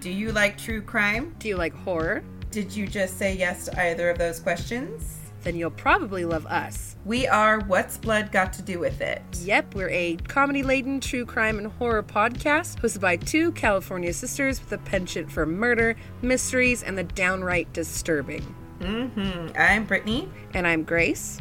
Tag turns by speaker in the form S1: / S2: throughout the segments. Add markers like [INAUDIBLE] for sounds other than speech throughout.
S1: Do you like true crime?
S2: Do you like horror?
S1: Did you just say yes to either of those questions?
S2: Then you'll probably love us.
S1: We are What's Blood Got to Do with It?
S2: Yep, we're a comedy laden true crime and horror podcast hosted by two California sisters with a penchant for murder, mysteries, and the downright disturbing.
S1: Mm-hmm. I'm Brittany,
S2: And I'm Grace.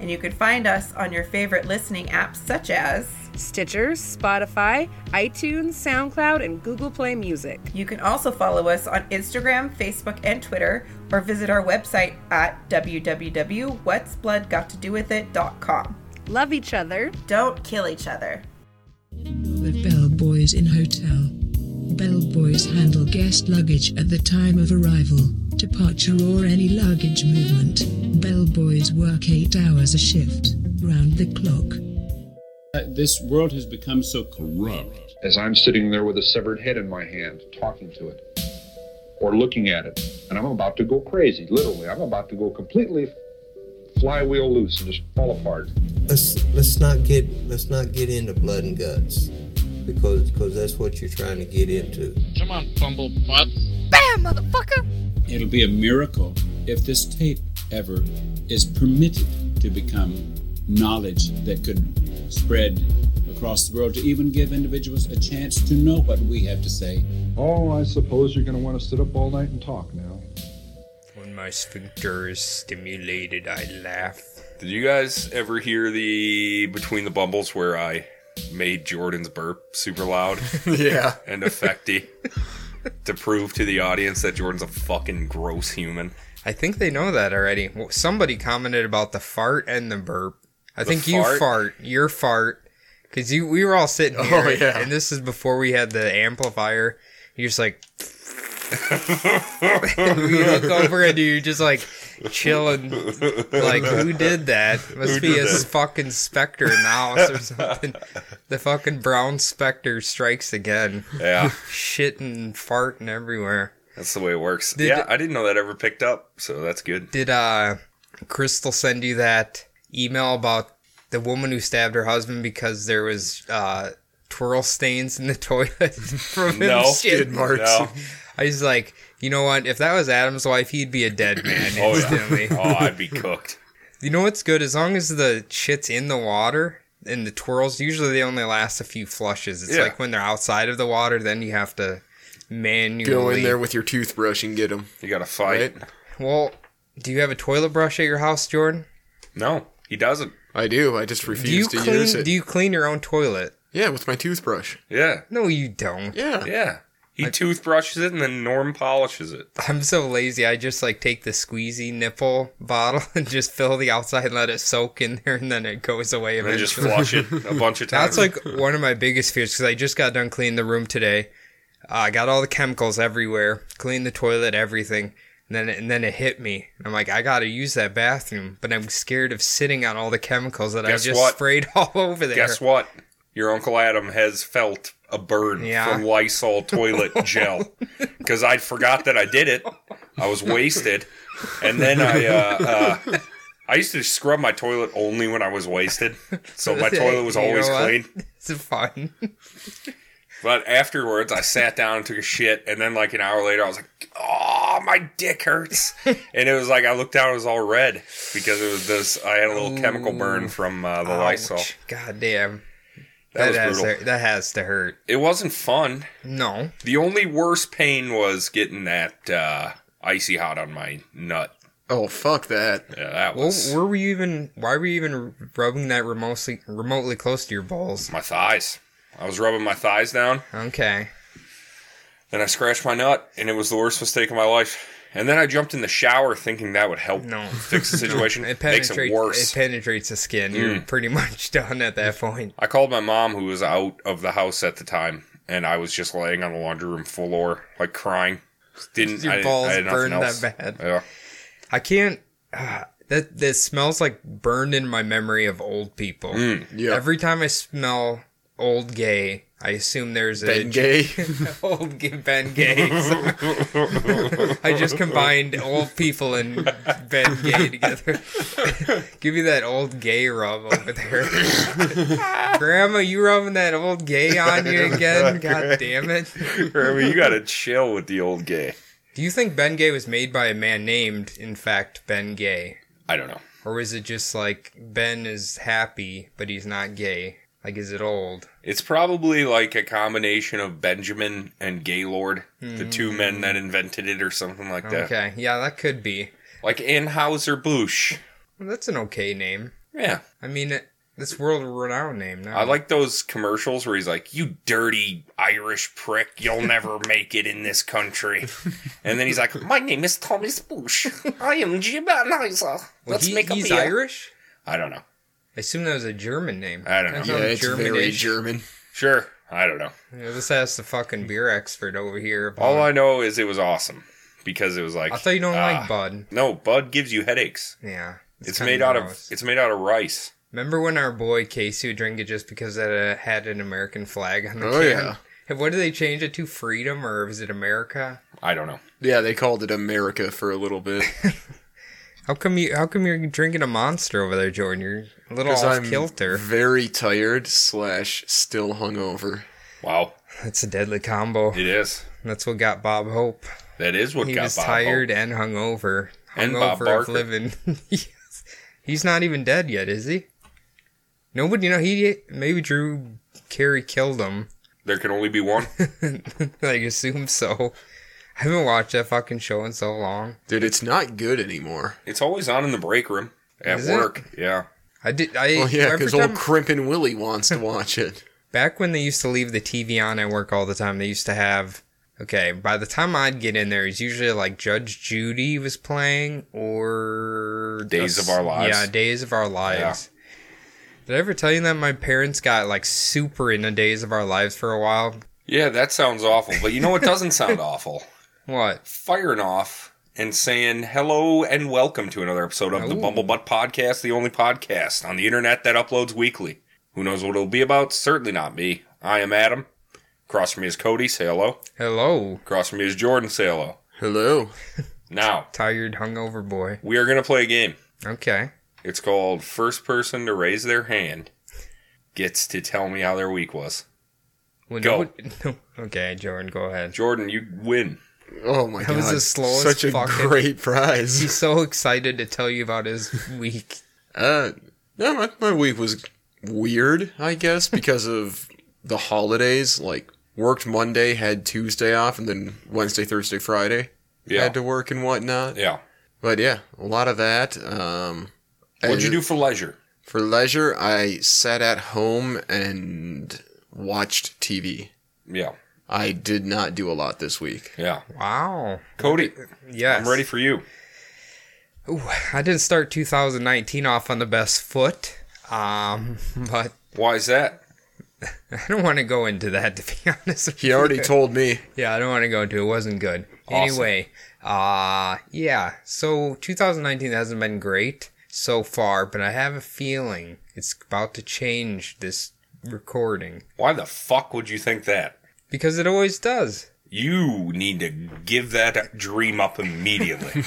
S1: and you can find us on your favorite listening apps such as.
S2: Stitcher, Spotify, iTunes, SoundCloud, and Google Play Music.
S1: You can also follow us on Instagram, Facebook, and Twitter, or visit our website at www.whatsbloodgottodowithit.com.
S2: Love each other.
S1: Don't kill each other.
S3: But bellboys in hotel. Bellboys handle guest luggage at the time of arrival, departure, or any luggage movement. Bellboys work 8 hours a shift, round the clock.
S4: Uh, this world has become so corrupt.
S5: as I'm sitting there with a severed head in my hand, talking to it or looking at it. And I'm about to go crazy, literally. I'm about to go completely flywheel loose and just fall apart.
S6: let's let's not get let's not get into blood and guts because because that's what you're trying to get into.
S7: Come on, bumblebutt.
S2: Bam, motherfucker!
S4: It'll be a miracle if this tape ever is permitted to become knowledge that could spread across the world to even give individuals a chance to know what we have to say.
S5: Oh, I suppose you're going to want to sit up all night and talk now.
S8: When my sphincter is stimulated, I laugh.
S9: Did you guys ever hear the Between the Bumbles where I made Jordan's burp super loud
S8: [LAUGHS] yeah.
S9: and effecty to prove to the audience that Jordan's a fucking gross human?
S8: I think they know that already. Well, Somebody commented about the fart and the burp. I think you
S9: fart?
S8: fart, your fart, because you we were all sitting
S10: Oh,
S8: here,
S10: yeah.
S8: and this is before we had the amplifier. You're just like, [LAUGHS] we look over and you're just like chilling, like who did that? Must be a fucking specter in the house or something. the fucking brown specter strikes [LAUGHS] again,
S9: Yeah,
S8: shitting, farting everywhere.
S9: that's the way it works.
S8: Did-
S9: yeah, I didn't know that ever picked up, so that's good.
S8: Did uh Crystal send you that email about the woman who stabbed her husband because there was uh twirl stains in the [LAUGHS] toilet from [LAUGHS]
S9: [LAUGHS] No. Oh,
S8: him shit
S10: Skid marks.
S9: No.
S8: I was like, you know what? If that was Adam's wife, he'd be a dead man [LAUGHS]
S9: Oh,
S8: instantly.
S9: yeah. [LAUGHS] oh, I'd be cooked.
S8: You know what's good? As long as the shit's in the water and the twirls, usually they only last a few flushes. It's
S9: Yeah.
S8: like when they're outside of the water, then you have to manually
S10: Go in there with your toothbrush and get them.
S9: You got to fight.
S10: Right.
S8: Well, do you have a toilet brush at your house, Jordan?
S9: No, he doesn't.
S10: I do. I just
S8: Do you
S10: refuse to use
S8: clean?
S10: it.
S8: Do you clean your own toilet?
S10: yeah, with my toothbrush.
S9: Yeah,
S8: No, you don't.
S10: Yeah.
S9: yeah. He toothbrushes it and then Norm polishes it.
S8: [LAUGHS] I'm so lazy. I just like take the squeezy nipple bottle [LAUGHS] and just fill the outside and let it soak in there, and then it goes away
S9: And then just [LAUGHS]
S8: eventually.
S9: flush it a bunch of times.
S8: That's
S9: [LAUGHS]
S8: like one of my biggest fears because I just got done cleaning the room today. Uh, I got all the chemicals everywhere, cleaned the toilet, everything, and then and then it hit me. I'm like, I gotta use that bathroom, but I'm scared of sitting on all the chemicals that
S9: Guess
S8: I just
S9: what?
S8: sprayed [LAUGHS] all over there.
S9: Guess what? Your Uncle Adam has felt a burn
S8: Yeah.
S9: from
S8: [LAUGHS]
S9: Lysol toilet gel because I forgot that I did it. I was wasted, and then I uh, uh, I used to scrub my toilet only when I was wasted,
S8: [LAUGHS]
S9: so my toilet was
S8: You know
S9: always
S8: what?
S9: clean.
S8: It's
S9: [LAUGHS]
S8: fun.
S9: But afterwards, I sat down and took a shit, and then like an hour later, I was like, "Oh, my dick hurts," and it was like I looked down, it was all red because it was this. I had a little chemical burn from uh, the Lysol.
S8: Ouch. God damn.
S9: That
S8: That,
S9: was
S8: has
S9: brutal.
S8: to, that has to hurt.
S9: It wasn't fun.
S8: No.
S9: The only worst pain was getting that uh, icy hot on my nut.
S10: Oh fuck that.
S9: Yeah, that
S8: Well,
S9: was
S8: were we even? Why were you even rubbing that remotely remotely close to your balls?
S9: my thighs. I was rubbing my thighs down,
S8: Okay.
S9: then I scratched my nut, and it was the worst mistake of my life. And then I jumped in the shower thinking that would
S8: [LAUGHS]
S9: help
S8: No.
S9: [LAUGHS] fix the situation.
S8: It
S9: it makes
S8: penetrates.
S9: it
S8: It,
S9: worse. Mm.
S8: penetrates the skin. You're pretty much [LAUGHS] done at that point.
S9: I called my mom, who was out of the house at the time, and I was just laying on the laundry room floor, like crying. Just Didn't
S8: Your
S9: I, didn't-
S8: balls
S9: I had nothing
S8: burned that
S9: else.
S8: bad.
S9: Yeah.
S8: I can't. Uh, that
S9: Mm.
S8: this smells like burned in my memory of old people.
S10: Yeah.
S8: Every time I smell old gay. I assume there's a
S10: Ben Gay.
S9: [LAUGHS]
S8: [LAUGHS] old gay Ben Gay. So- [LAUGHS] I just combined old people and Ben Gay together. [LAUGHS] Give me that old gay rub over there, [LAUGHS] Grandma. You rubbing that old gay on you again? God damn it!
S9: Jeremy, you gotta chill with the old gay.
S8: Do you think Ben Gay was made by a man named, in fact, Ben Gay?
S9: I don't know.
S8: Or is it just like Ben is happy, but he's not gay? Like, is it old?
S9: It's probably like a combination of Benjamin and Gaylord, the two men that invented it, or something like that.
S8: Hmm. Okay, yeah, that could be.
S9: Like Anheuser Busch.
S8: Well, that's an okay name.
S9: Yeah,
S8: I mean, it, this world renowned name now.
S9: I like those commercials where he's like, "You dirty Irish prick,
S8: [LAUGHS]
S9: you'll never make it in this country," and then he's like, "My name is Thomas Bush. I am Jim Anheuser.
S8: Well,
S9: Let's
S8: he-
S9: make a
S8: he's
S9: beer."
S8: Irish?
S9: I don't know.
S8: I assume that was a German name.
S9: I don't know.
S8: That
S10: Yeah,
S8: sounds
S10: it's very
S8: German-ish.
S10: German.
S9: Sure, I don't know.
S8: Yeah, Let's ask the fucking beer expert over here.
S9: All I know is it was awesome because it was like
S8: I thought you don't
S9: ah.
S8: like Bud.
S9: No, Bud gives you headaches.
S8: Yeah.
S9: It's,
S8: kinda
S9: made out
S8: gross.
S9: of it's made out of rice.
S8: Remember when our boy Casey would drink it just because it uh, had an American flag on the
S10: Oh,
S8: can?
S10: yeah.
S8: And what did they change it to? Freedom or was it America?
S9: I don't know.
S10: Yeah, they called it America for a little bit.
S8: How come you? How come you're drinking a monster over there, Jordan? You're a little
S10: Because
S8: off
S10: I'm
S8: kilter.
S10: very tired slash still hungover.
S9: Wow,
S8: That's a deadly combo.
S9: it is.
S8: That's what got Bob Hope.
S9: That is what
S8: He
S9: got
S8: was
S9: Bob
S8: tired
S9: Hope.
S8: and hungover.
S9: And Bob
S8: Hungover of
S9: Barker.
S8: living. [LAUGHS] Yes. He's not even dead yet, is he? Nobody. You know, he maybe Drew Carey killed him. [LAUGHS]
S9: There can only be one.
S8: I assume so. I haven't watched that fucking show in so long.
S10: Dude, it's not good anymore.
S9: It's always on in the break room at
S8: Is it?
S9: work. Yeah.
S8: I did. I
S10: Well, Oh, yeah,
S8: every
S10: because old
S8: time-
S10: Crimpin' Willie wants to watch it.
S8: back when they used to leave the TV on at work all the time, they used to have. Okay, by the time I'd get in there, it's usually like Judge Judy was playing or
S9: Days of Our Lives.
S8: Yeah, Days of Our Lives. Did I ever tell you that my parents got like super into Days of Our Lives for a while?
S9: Yeah, that sounds awful. But you know what doesn't
S8: [LAUGHS]
S9: sound awful?
S8: What?
S9: Firing off and saying hello and welcome to another episode of the
S8: Ooh.
S9: Bumblebutt Podcast, the only podcast on the internet that uploads weekly. Who knows what it'll be about? Certainly not me. I am Adam. Across from me is Cody. Say hello.
S8: Hello,
S9: Across from me is Jordan. Say hello.
S10: Hello.
S9: Now,
S8: tired hungover boy.
S9: we are going to play a game.
S8: Okay.
S9: It's called First Person to Raise Their Hand Gets to Tell Me How Their Week Was.
S8: Well,
S9: Go.
S8: [LAUGHS] no- okay, Jordan, go ahead.
S9: Jordan, you win.
S10: Oh my
S8: That
S10: god.
S8: was the slowest
S10: Such a
S8: fucking-
S10: great prize.
S8: He's so excited to tell you about his week.
S10: Uh, no, my, my week was weird, I guess, because of the holidays. Like, worked Monday, had Tuesday off, and then Wednesday, Thursday, Friday
S9: Yeah.
S10: had to work and whatnot.
S9: yeah.
S10: But yeah, a lot of that. Um,
S9: What'd you
S10: and
S9: do for leisure?
S10: for leisure? I sat at home and watched TV.
S9: Yeah.
S10: I did not do a lot this week.
S9: Yeah.
S8: Wow.
S9: Cody,
S8: Yes.
S9: I'm ready for you.
S8: Ooh, I didn't start 2019 off on the best foot, um, but
S9: Why is that?
S8: I don't want to go into that to be [LAUGHS] honest. with
S10: He already
S8: you.
S10: told me.
S8: yeah, I don't want to go into it. It wasn't good. Anyway, uh, yeah. So 2019 hasn't been great so far, but I have a feeling it's about to change this recording
S9: Why the fuck would you think that?
S8: because it always does.
S9: You need to give that dream
S8: [LAUGHS]
S9: up immediately.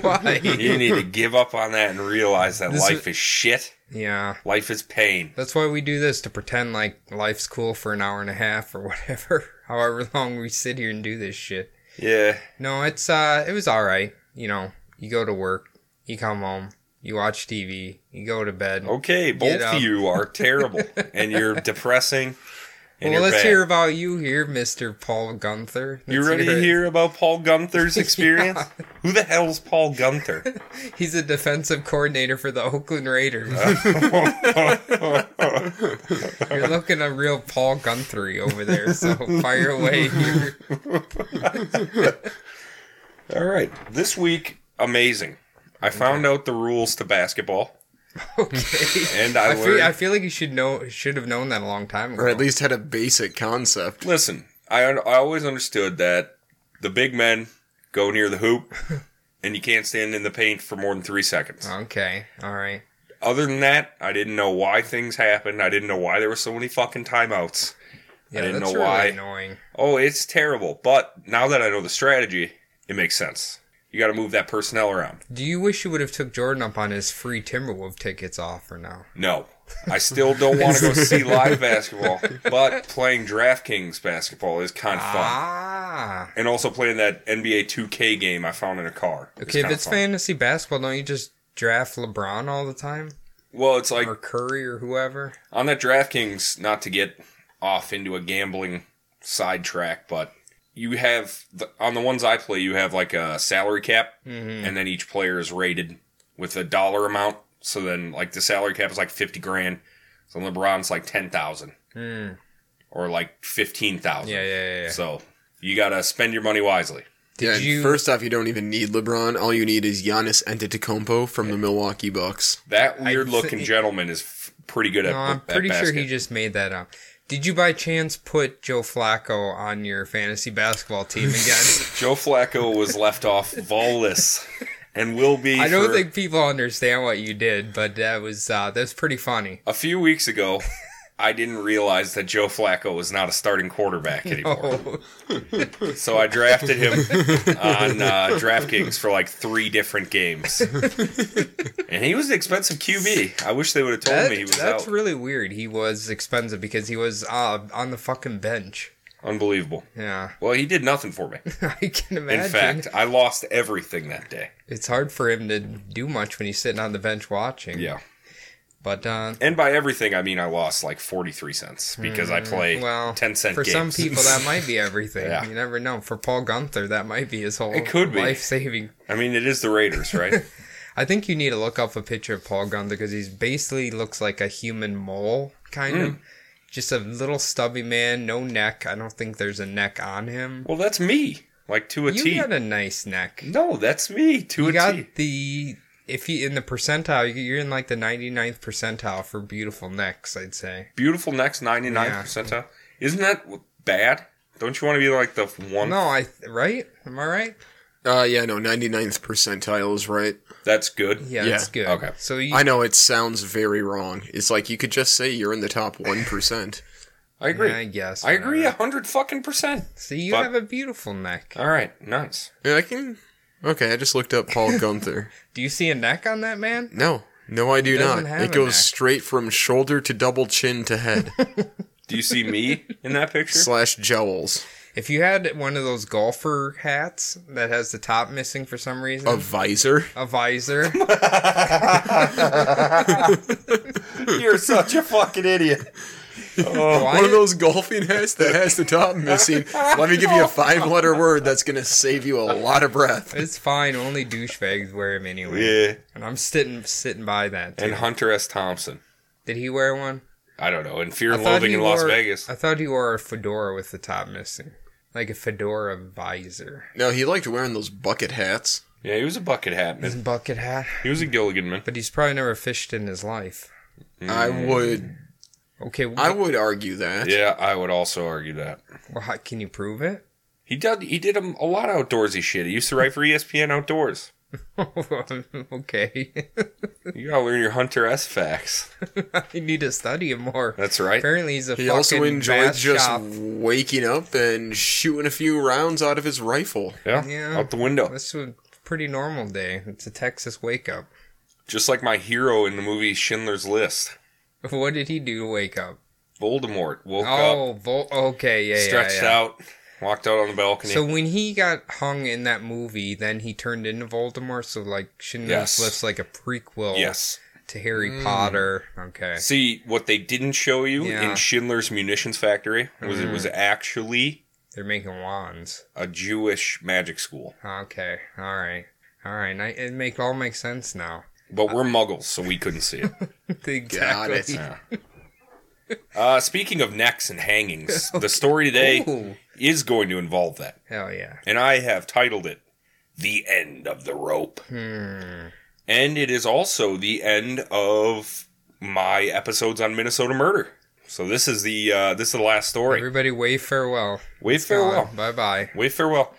S8: Why?
S9: you need to give up on that and realize that
S8: This
S9: life
S8: is-
S9: is shit.
S8: yeah.
S9: Life is pain.
S8: That's why we do this to pretend like life's cool for an hour and a half or [LAUGHS] whatever, however long we sit here and do this shit.
S9: Yeah.
S8: No, it's uh it was all right. You know, you go to work, you come home, you watch TV, you go to bed.
S9: Okay, both
S8: up.
S9: of you are terrible
S8: [LAUGHS]
S9: and you're depressing. And
S8: well,
S9: you're
S8: let's
S9: bad.
S8: hear about you here, Mr. Paul Gunther.
S9: You
S8: Let's
S9: ready to
S8: it.
S9: hear about
S8: [LAUGHS]
S9: Paul Gunther's experience? Who the hell's Paul Gunther?
S8: He's a defensive coordinator for the Oakland
S9: [LAUGHS]
S8: Raiders. You're looking a real Paul Gunther over there, so fire away. Here.
S9: All right. This week, amazing. I found out the rules to basketball.
S8: Okay.
S9: And I
S8: I feel,
S9: learned-
S8: I feel like you should know should have known that a long time ago.
S10: Or at least had a basic concept.
S9: Listen, I, I always understood that the big men
S8: [LAUGHS] Uh-huh.
S9: go near the hoop and you can't stand in the paint for more than three seconds.
S8: Okay. All right.
S9: other than that, I didn't know why things happened. I didn't know why there were so many fucking timeouts.
S8: Yeah,
S9: I didn't
S8: that's
S9: know
S8: really
S9: why.
S8: annoying.
S9: Oh, it's terrible. But now that I know the strategy, it makes sense. You got to move that personnel around.
S8: Do you wish you would have took Jordan up on his free Timberwolf tickets offer now?
S9: No, I still don't want to go see live basketball, but playing DraftKings basketball is kind of fun.
S8: Ah.
S9: And also playing that NBA 2K game I found in a car. is
S8: Okay, if
S9: kinda
S8: it's
S9: fun.
S8: fantasy basketball, don't you just draft LeBron all the time?
S9: Well, it's like
S8: Or Curry or whoever?
S9: on that DraftKings, not to get off into a gambling sidetrack, but you have the, on the ones I play, you have like a salary cap,
S8: Mm-hmm.
S9: and then each player is rated with a dollar amount. So then, like the salary cap is like fifty grand, so LeBron's like ten thousand, or like fifteen thousand.
S8: Hmm. Yeah, yeah, yeah, yeah.
S9: So you gotta spend your money wisely.
S10: yeah, and
S8: you-
S10: first off, you don't even need LeBron. All you need is Giannis Antetokounmpo from the Milwaukee Bucks.
S9: That weird looking
S8: thi-
S9: gentleman is f- pretty good at.
S8: No, I'm
S9: at
S8: pretty sure he
S9: basket.
S8: just made that up. Did you by chance put Joe Flacco on your fantasy basketball team again?
S9: [LAUGHS] Joe Flacco was
S8: [LAUGHS]
S9: left off Volus, and will be.
S8: I don't
S9: for-
S8: think people understand what you did, but that was uh, that's pretty funny.
S9: A few weeks ago, I didn't realize that Joe Flacco was not a starting quarterback anymore.
S8: Oh,
S9: So I drafted him on uh, DraftKings for like three different games. And he was an expensive QB. I wish they would have told
S8: that-
S9: me he was
S8: that's
S9: out.
S8: really weird. He was expensive because he was uh, on the fucking bench.
S9: Unbelievable.
S8: Yeah, [LAUGHS]
S9: Well, he did nothing for me.
S8: I can imagine.
S9: In fact, I lost everything that day.
S8: it's hard for him to do much when he's sitting on the bench watching. but uh,
S9: And by everything, I mean I lost like 43 cents because I play
S8: Mm, well,
S9: 10 cent
S8: for
S9: games.
S8: some people that might be everything.
S9: Yeah.
S8: You never know. For Paul Gunther, that might be his whole
S9: It could be.
S8: life saving
S9: [LAUGHS] I mean, it is the
S8: [LAUGHS]
S9: Raiders, right?
S8: I think you need to look up a picture of Paul Gunther because he's basically looks like a human mole, kind of.
S9: Hmm.
S8: Just a little stubby man, no neck. I don't think there's a neck on him.
S9: well, that's me. Like to a T.
S8: you got a nice neck.
S9: No, that's me to
S8: You
S9: a
S8: got
S9: T.
S8: the if you in the percentile, you're in like the 99th percentile for beautiful necks. I'd say.
S9: beautiful necks, 99
S8: Yeah.
S9: percentile. Isn't that bad? Don't you want to be like the one?
S8: No, I right? Am I right?
S10: Uh, yeah, no, 99th percentile is right.
S9: That's good.
S8: Yeah,
S10: Yeah.
S8: that's good.
S9: Okay.
S8: So you,
S10: I know it sounds very wrong. It's like you could just say you're in the top 1%.
S9: I agree.
S8: Yeah, I guess.
S9: I agree a
S8: whatever.
S9: hundred fucking percent.
S8: So you
S9: But-
S8: have a beautiful neck.
S9: All right, nice.
S10: yeah, I can. Okay, I just looked up Paul Gunther.
S8: Do you see a neck on that man?
S10: No, no, I do
S8: doesn't
S10: not.
S8: have
S10: It
S8: a
S10: goes
S8: neck.
S10: straight from shoulder to double chin to head
S9: Do you see me in that picture?
S10: slash jowls.
S8: If you had one of those golfer hats that has the top missing for some reason,
S10: A visor. [LAUGHS]
S8: a visor.
S9: [LAUGHS] You're such a
S8: [LAUGHS]
S9: fucking idiot.
S10: One of those golfing hats that has the top missing. Let me give you a five letter word that's going to save you a lot of breath.
S8: It's fine. Only douchebags wear them anyway.
S9: [LAUGHS] Yeah.
S8: And I'm sitting sitting by that. too.
S9: And Hunter S. Thompson.
S8: Did he wear one?
S9: I don't know. In Fear and
S8: thought
S9: Loathing
S8: he
S9: in Las
S8: wore-
S9: Vegas.
S8: I thought he wore a fedora with the top missing, like a fedora visor.
S10: No, he liked wearing those bucket hats.
S9: Yeah, he was a bucket hat
S8: His
S9: man.
S8: bucket hat.
S9: He was a Gilligan man.
S8: But he's probably never fished in his life.
S10: I would,
S8: Okay. wh-
S10: I would argue that.
S9: Yeah, I would also argue that.
S8: well, how- can you prove it? [LAUGHS]
S9: He did. He did a, a lot of outdoorsy shit. He used to write for E ESPN Outdoors.
S8: okay. [LAUGHS]
S9: You gotta learn your Hunter S. facts.
S8: I need to study him more.
S9: That's right.
S8: Apparently, he's a
S10: He
S8: fucking
S10: also enjoyed
S8: bass
S10: just
S8: shop.
S10: waking up and shooting a few rounds out of his rifle.
S9: Yeah,
S8: Yeah.
S9: out the window.
S8: This was a pretty normal day. It's a Texas wake up. [LAUGHS]
S9: Just like my hero in the movie Schindler's List.
S8: What did he do to wake up?
S9: Voldemort woke
S8: Oh,
S9: up,
S8: Vol- okay, yeah, yeah,
S9: stretched
S8: yeah.
S9: out, walked out on the balcony.
S8: So when he got hung in that movie, then he turned into Voldemort. So like Schindler's
S9: Yes.
S8: List, like a prequel
S9: yes.
S8: to Harry Potter. Okay,
S9: See, what they didn't show you
S8: Yeah. Mm.
S9: in Schindler's Munitions Factory was it was actually
S8: they're making wands.
S9: a Jewish magic school.
S8: Okay, all right, all right. And I, it make all makes sense now. [LAUGHS]
S9: But we're muggles, so we couldn't see it.
S10: Got it.
S8: exactly.
S9: Yeah. Uh, speaking of necks and hangings,
S8: [LAUGHS]
S9: the story today
S8: Ooh.
S9: is going to involve that.
S8: Hell yeah.
S9: and I have titled it The End of the Rope. And it is also the end of my episodes on Minnesota Murder. So this is the uh, this is the last story.
S8: Everybody, wave farewell.
S9: Wave farewell.
S8: Bye bye.
S9: Wave farewell.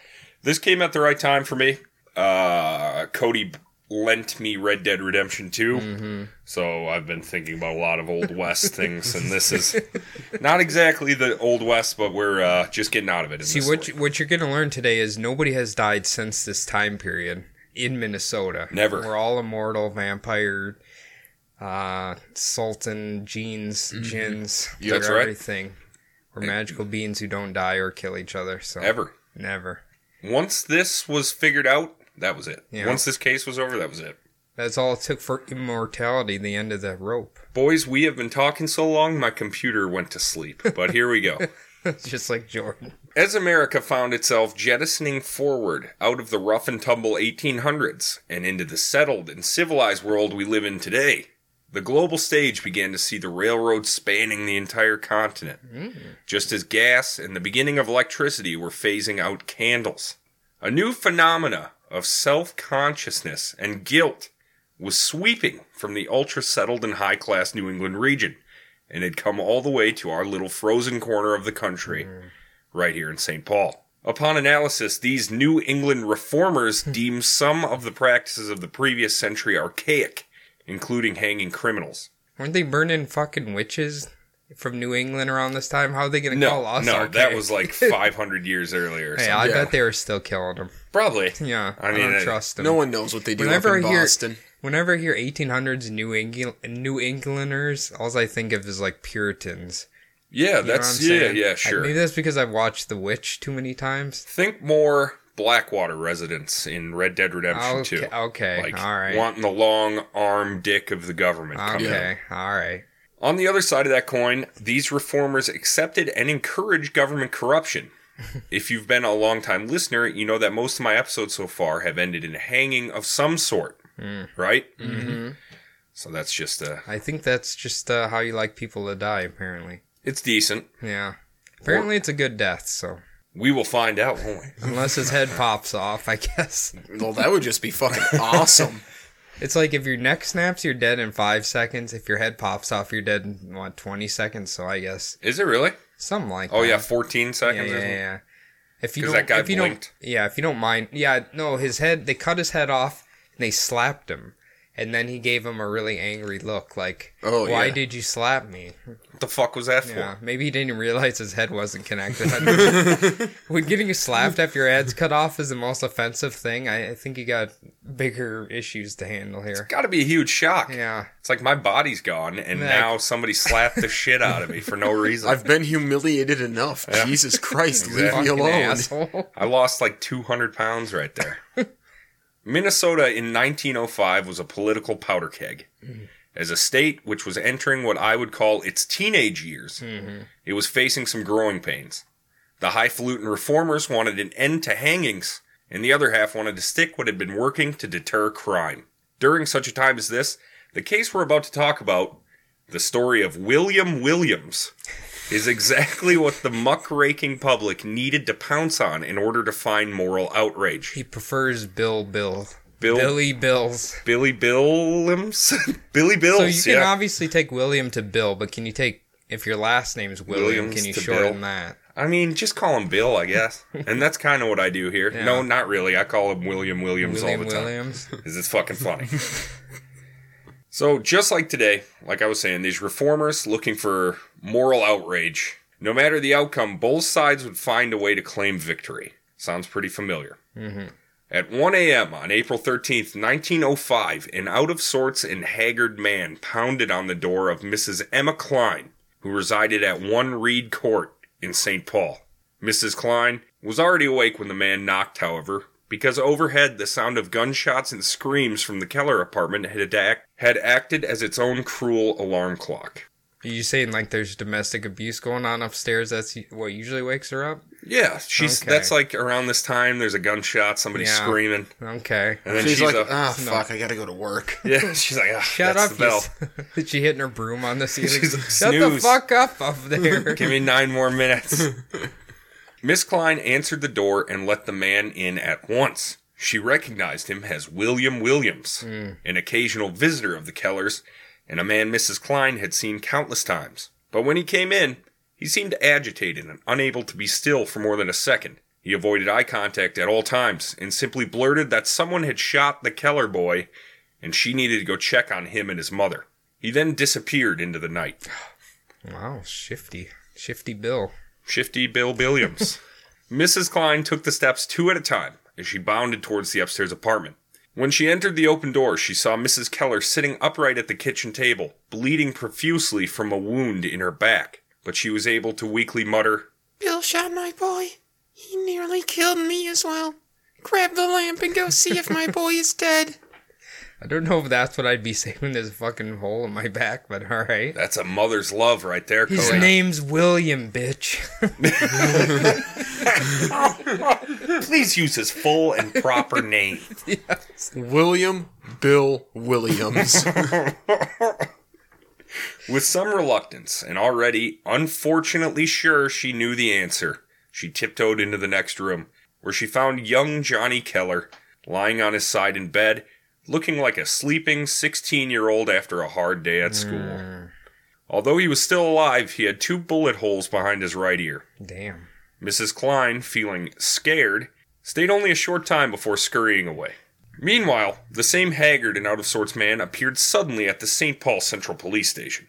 S9: This came at the right time for me. Uh, Cody lent me Red Dead Redemption 2. So I've been thinking about a lot of Old West things, and this is not exactly the Old West, but we're uh, just getting out of it. In
S8: See
S9: this
S8: what
S9: story.
S8: you, what you're gonna learn today is nobody has died since this time period in Minnesota.
S9: Never.
S8: We're all immortal vampire, uh, sultan genes, gins.
S10: Yeah,
S8: they're
S9: Mm-hmm. that's right.
S8: Everything. We're magical beings who don't die or kill each other. So
S9: ever.
S8: never.
S9: Once this was figured out, that was it.
S8: Yeah.
S9: Once this case was over, that was it.
S8: That's all it took for immortality. The end of the rope. [LAUGHS]
S9: Boys, we have been talking so long, my computer went to sleep. But here we go.
S8: Just like Jordan.
S9: As America found itself jettisoning forward out of the rough and tumble 1800s and into the settled and civilized world we live in today, the global stage began to see the railroad spanning the entire continent, just as gas and the beginning of electricity were phasing out candles. A new phenomena of self consciousness and guilt was sweeping from the ultra settled and high class New England region and had come all the way to our little frozen corner of the country right here in St. Paul. Upon analysis, these New England reformers
S8: Hmm.
S9: deemed some of the practices of the previous century archaic, including hanging criminals.
S8: Weren't they burning fucking witches from New England around this time? How are they gonna call
S9: No,
S8: us?
S9: no, that
S8: archaic?
S9: was
S8: [LAUGHS]
S9: like 500 years earlier. Or
S8: Hey,
S9: something.
S8: I
S10: Yeah.
S8: bet they were still killing them.
S9: Probably.
S8: Yeah,
S9: I
S8: I,
S9: mean,
S8: don't
S9: uh,
S8: trust them.
S10: No one knows what they do up
S8: Whenever
S10: in
S8: I hear
S10: Boston.
S8: whenever I hear 1800s New England New Englanders, all I think of is like Puritans.
S9: Yeah,
S8: You know
S9: that's
S8: what I'm
S9: yeah,
S8: saying?
S9: yeah,
S8: I-
S9: sure.
S8: maybe that's because I've watched The Witch too many times.
S9: Think more Blackwater residents in Red Dead Redemption
S8: Okay,
S9: 2.
S8: okay,
S9: Like
S8: all right.
S9: wanting the long arm dick of the government. coming
S8: Okay, all right.
S9: On the other side of that coin, these reformers accepted and encouraged
S8: [LAUGHS]
S9: government corruption. if you've been a longtime listener, you know that most of my episodes so far have ended in a hanging of some sort,
S8: Hmm.
S9: right? Mm-hmm. So that's just uh
S8: I think that's just uh, how you like people to die. Apparently,
S9: it's decent.
S8: yeah. Apparently, it's a good death. So
S9: We will find out, won't we?
S8: unless his head pops off, I guess
S10: Well, that would just be fucking awesome.
S8: it's like if your neck snaps, you're dead in five seconds. If your head pops off, you're dead in what twenty seconds. So I guess
S9: Is it really?
S8: something like
S9: Oh
S8: that.
S9: yeah, 14
S8: yeah,
S9: seconds.
S8: Uh-huh. yeah,
S9: isn't it?
S8: yeah. If you
S9: 'Cause
S8: don't,
S9: that guy
S8: if you
S9: blinked.
S8: don't, yeah, if you don't mind, yeah, no, his head. They cut his head off and they slapped him, and then he gave him a really angry look, like,
S10: Oh,
S8: why
S10: yeah.
S8: did you slap me?"
S9: What the fuck was that for?
S8: Yeah, maybe he didn't even realize his head wasn't connected.
S9: [LAUGHS]
S8: when getting slapped after your head's cut off is the most offensive thing, I, I think you got bigger issues to handle here.
S9: Got to be a huge shock.
S8: Yeah,
S9: It's like my body's gone, and
S8: Like-
S9: now somebody slapped the shit out of me
S8: [LAUGHS]
S9: for no reason.
S10: I've been humiliated enough. Jesus Christ, leave me
S8: fucking
S10: alone.
S8: asshole.
S9: I lost like 200 pounds right there. Minnesota in 1905 was a political powder keg. As a state which was entering what I would call its teenage years, it was facing some growing pains. The highfalutin reformers wanted an end to hangings, and the other half wanted to stick what had been working to deter crime. During such a time as this, the case we're about to talk about, the story of William Williams, is exactly what the muckraking public needed to pounce on in order to find moral outrage.
S8: He prefers Bill, Bill,
S9: Bill-
S8: Billy, Bills.
S9: Billy Billiams? [LAUGHS] Billy Bills,
S8: So you can
S9: yeah.
S8: obviously take William to Bill, but can you take if your last name's William?
S9: Williams
S8: can you
S9: to
S8: shorten
S9: Bill.
S8: that?
S9: I mean, just call him Bill,
S8: [LAUGHS]
S9: I guess. and that's kind of what I do here. No, not really. I call him William Williams
S8: William
S9: all the time. [LAUGHS]
S8: Williams.
S9: Is it's fucking
S8: [LAUGHS]
S9: funny. so just like today, like I was saying, these reformers looking for moral outrage. No matter the outcome, both sides would find a way to claim victory. Sounds pretty familiar. At 1 a.m. on April 13th, 1905, an out of sorts and haggard man pounded on the door of Mrs. Emma Klein, who resided at 1 Reed Court in St. Paul. Mrs. Klein was already awake when the man knocked, however, because overhead the sound of gunshots and screams from the Keller apartment had, adac- had acted as its own cruel alarm clock.
S8: Are you saying like there's domestic abuse going on upstairs? That's what usually wakes her up.
S9: Yeah, she's
S8: Okay.
S9: that's like around this time. There's a gunshot, somebody's
S8: Yeah. [LAUGHS]
S9: screaming,
S8: Okay.
S9: and then
S10: She's,
S9: she's,
S10: like,
S9: a,
S10: ah, fuck, I gotta go to work.
S9: yeah, she's like, ah,
S8: Shut
S9: that's
S8: up!
S9: the
S8: you
S9: bell.
S8: s- [LAUGHS] Did she hitting her broom on the ceiling?
S9: [LAUGHS] She's like,
S8: Shut the
S9: "Snooze."
S8: fuck up
S9: [LAUGHS]
S8: up [LAUGHS] there.
S9: Give me nine more minutes. Miss Klein answered the door and let the man in at once. She recognized him as William Williams, an occasional visitor of the Kellers, and a man Mrs. Klein had seen countless times. But when he came in, he seemed agitated and unable to be still for more than a second. He avoided eye contact at all times and simply blurted that someone had shot the Keller boy and she needed to go check on him and his mother. He then disappeared into the night.
S8: Wow, shifty. Shifty Bill.
S9: Shifty Bill Williams. Mrs. Klein took the steps two at a time as she bounded towards the upstairs apartment. When she entered the open door, she saw Mrs. Keller sitting upright at the kitchen table, bleeding profusely from a wound in her back, but she was able to weakly mutter,
S7: Bill shot my boy. He nearly killed me as well. Grab the lamp and go see if my boy is dead.
S8: I don't know if that's what I'd be [LAUGHS] saving this fucking hole in my back, but alright.
S9: That's a mother's love right there,
S8: His
S9: Cody.
S8: name's William, bitch. [LAUGHS]
S9: Please use his full and proper name.
S10: William Bill [LAUGHS] Williams.
S9: With some reluctance, and already unfortunately sure she knew the answer, she tiptoed into the next room, where she found young Johnny Keller lying on his side in bed, looking like a sleeping 16 year old after a hard day at school. Although he was still alive, he had two bullet holes behind his right ear.
S8: Damn.
S9: Mrs. Klein, feeling scared, stayed only a short time before scurrying away. Meanwhile, the same haggard and out of sorts man appeared suddenly at the St. Paul Central Police Station.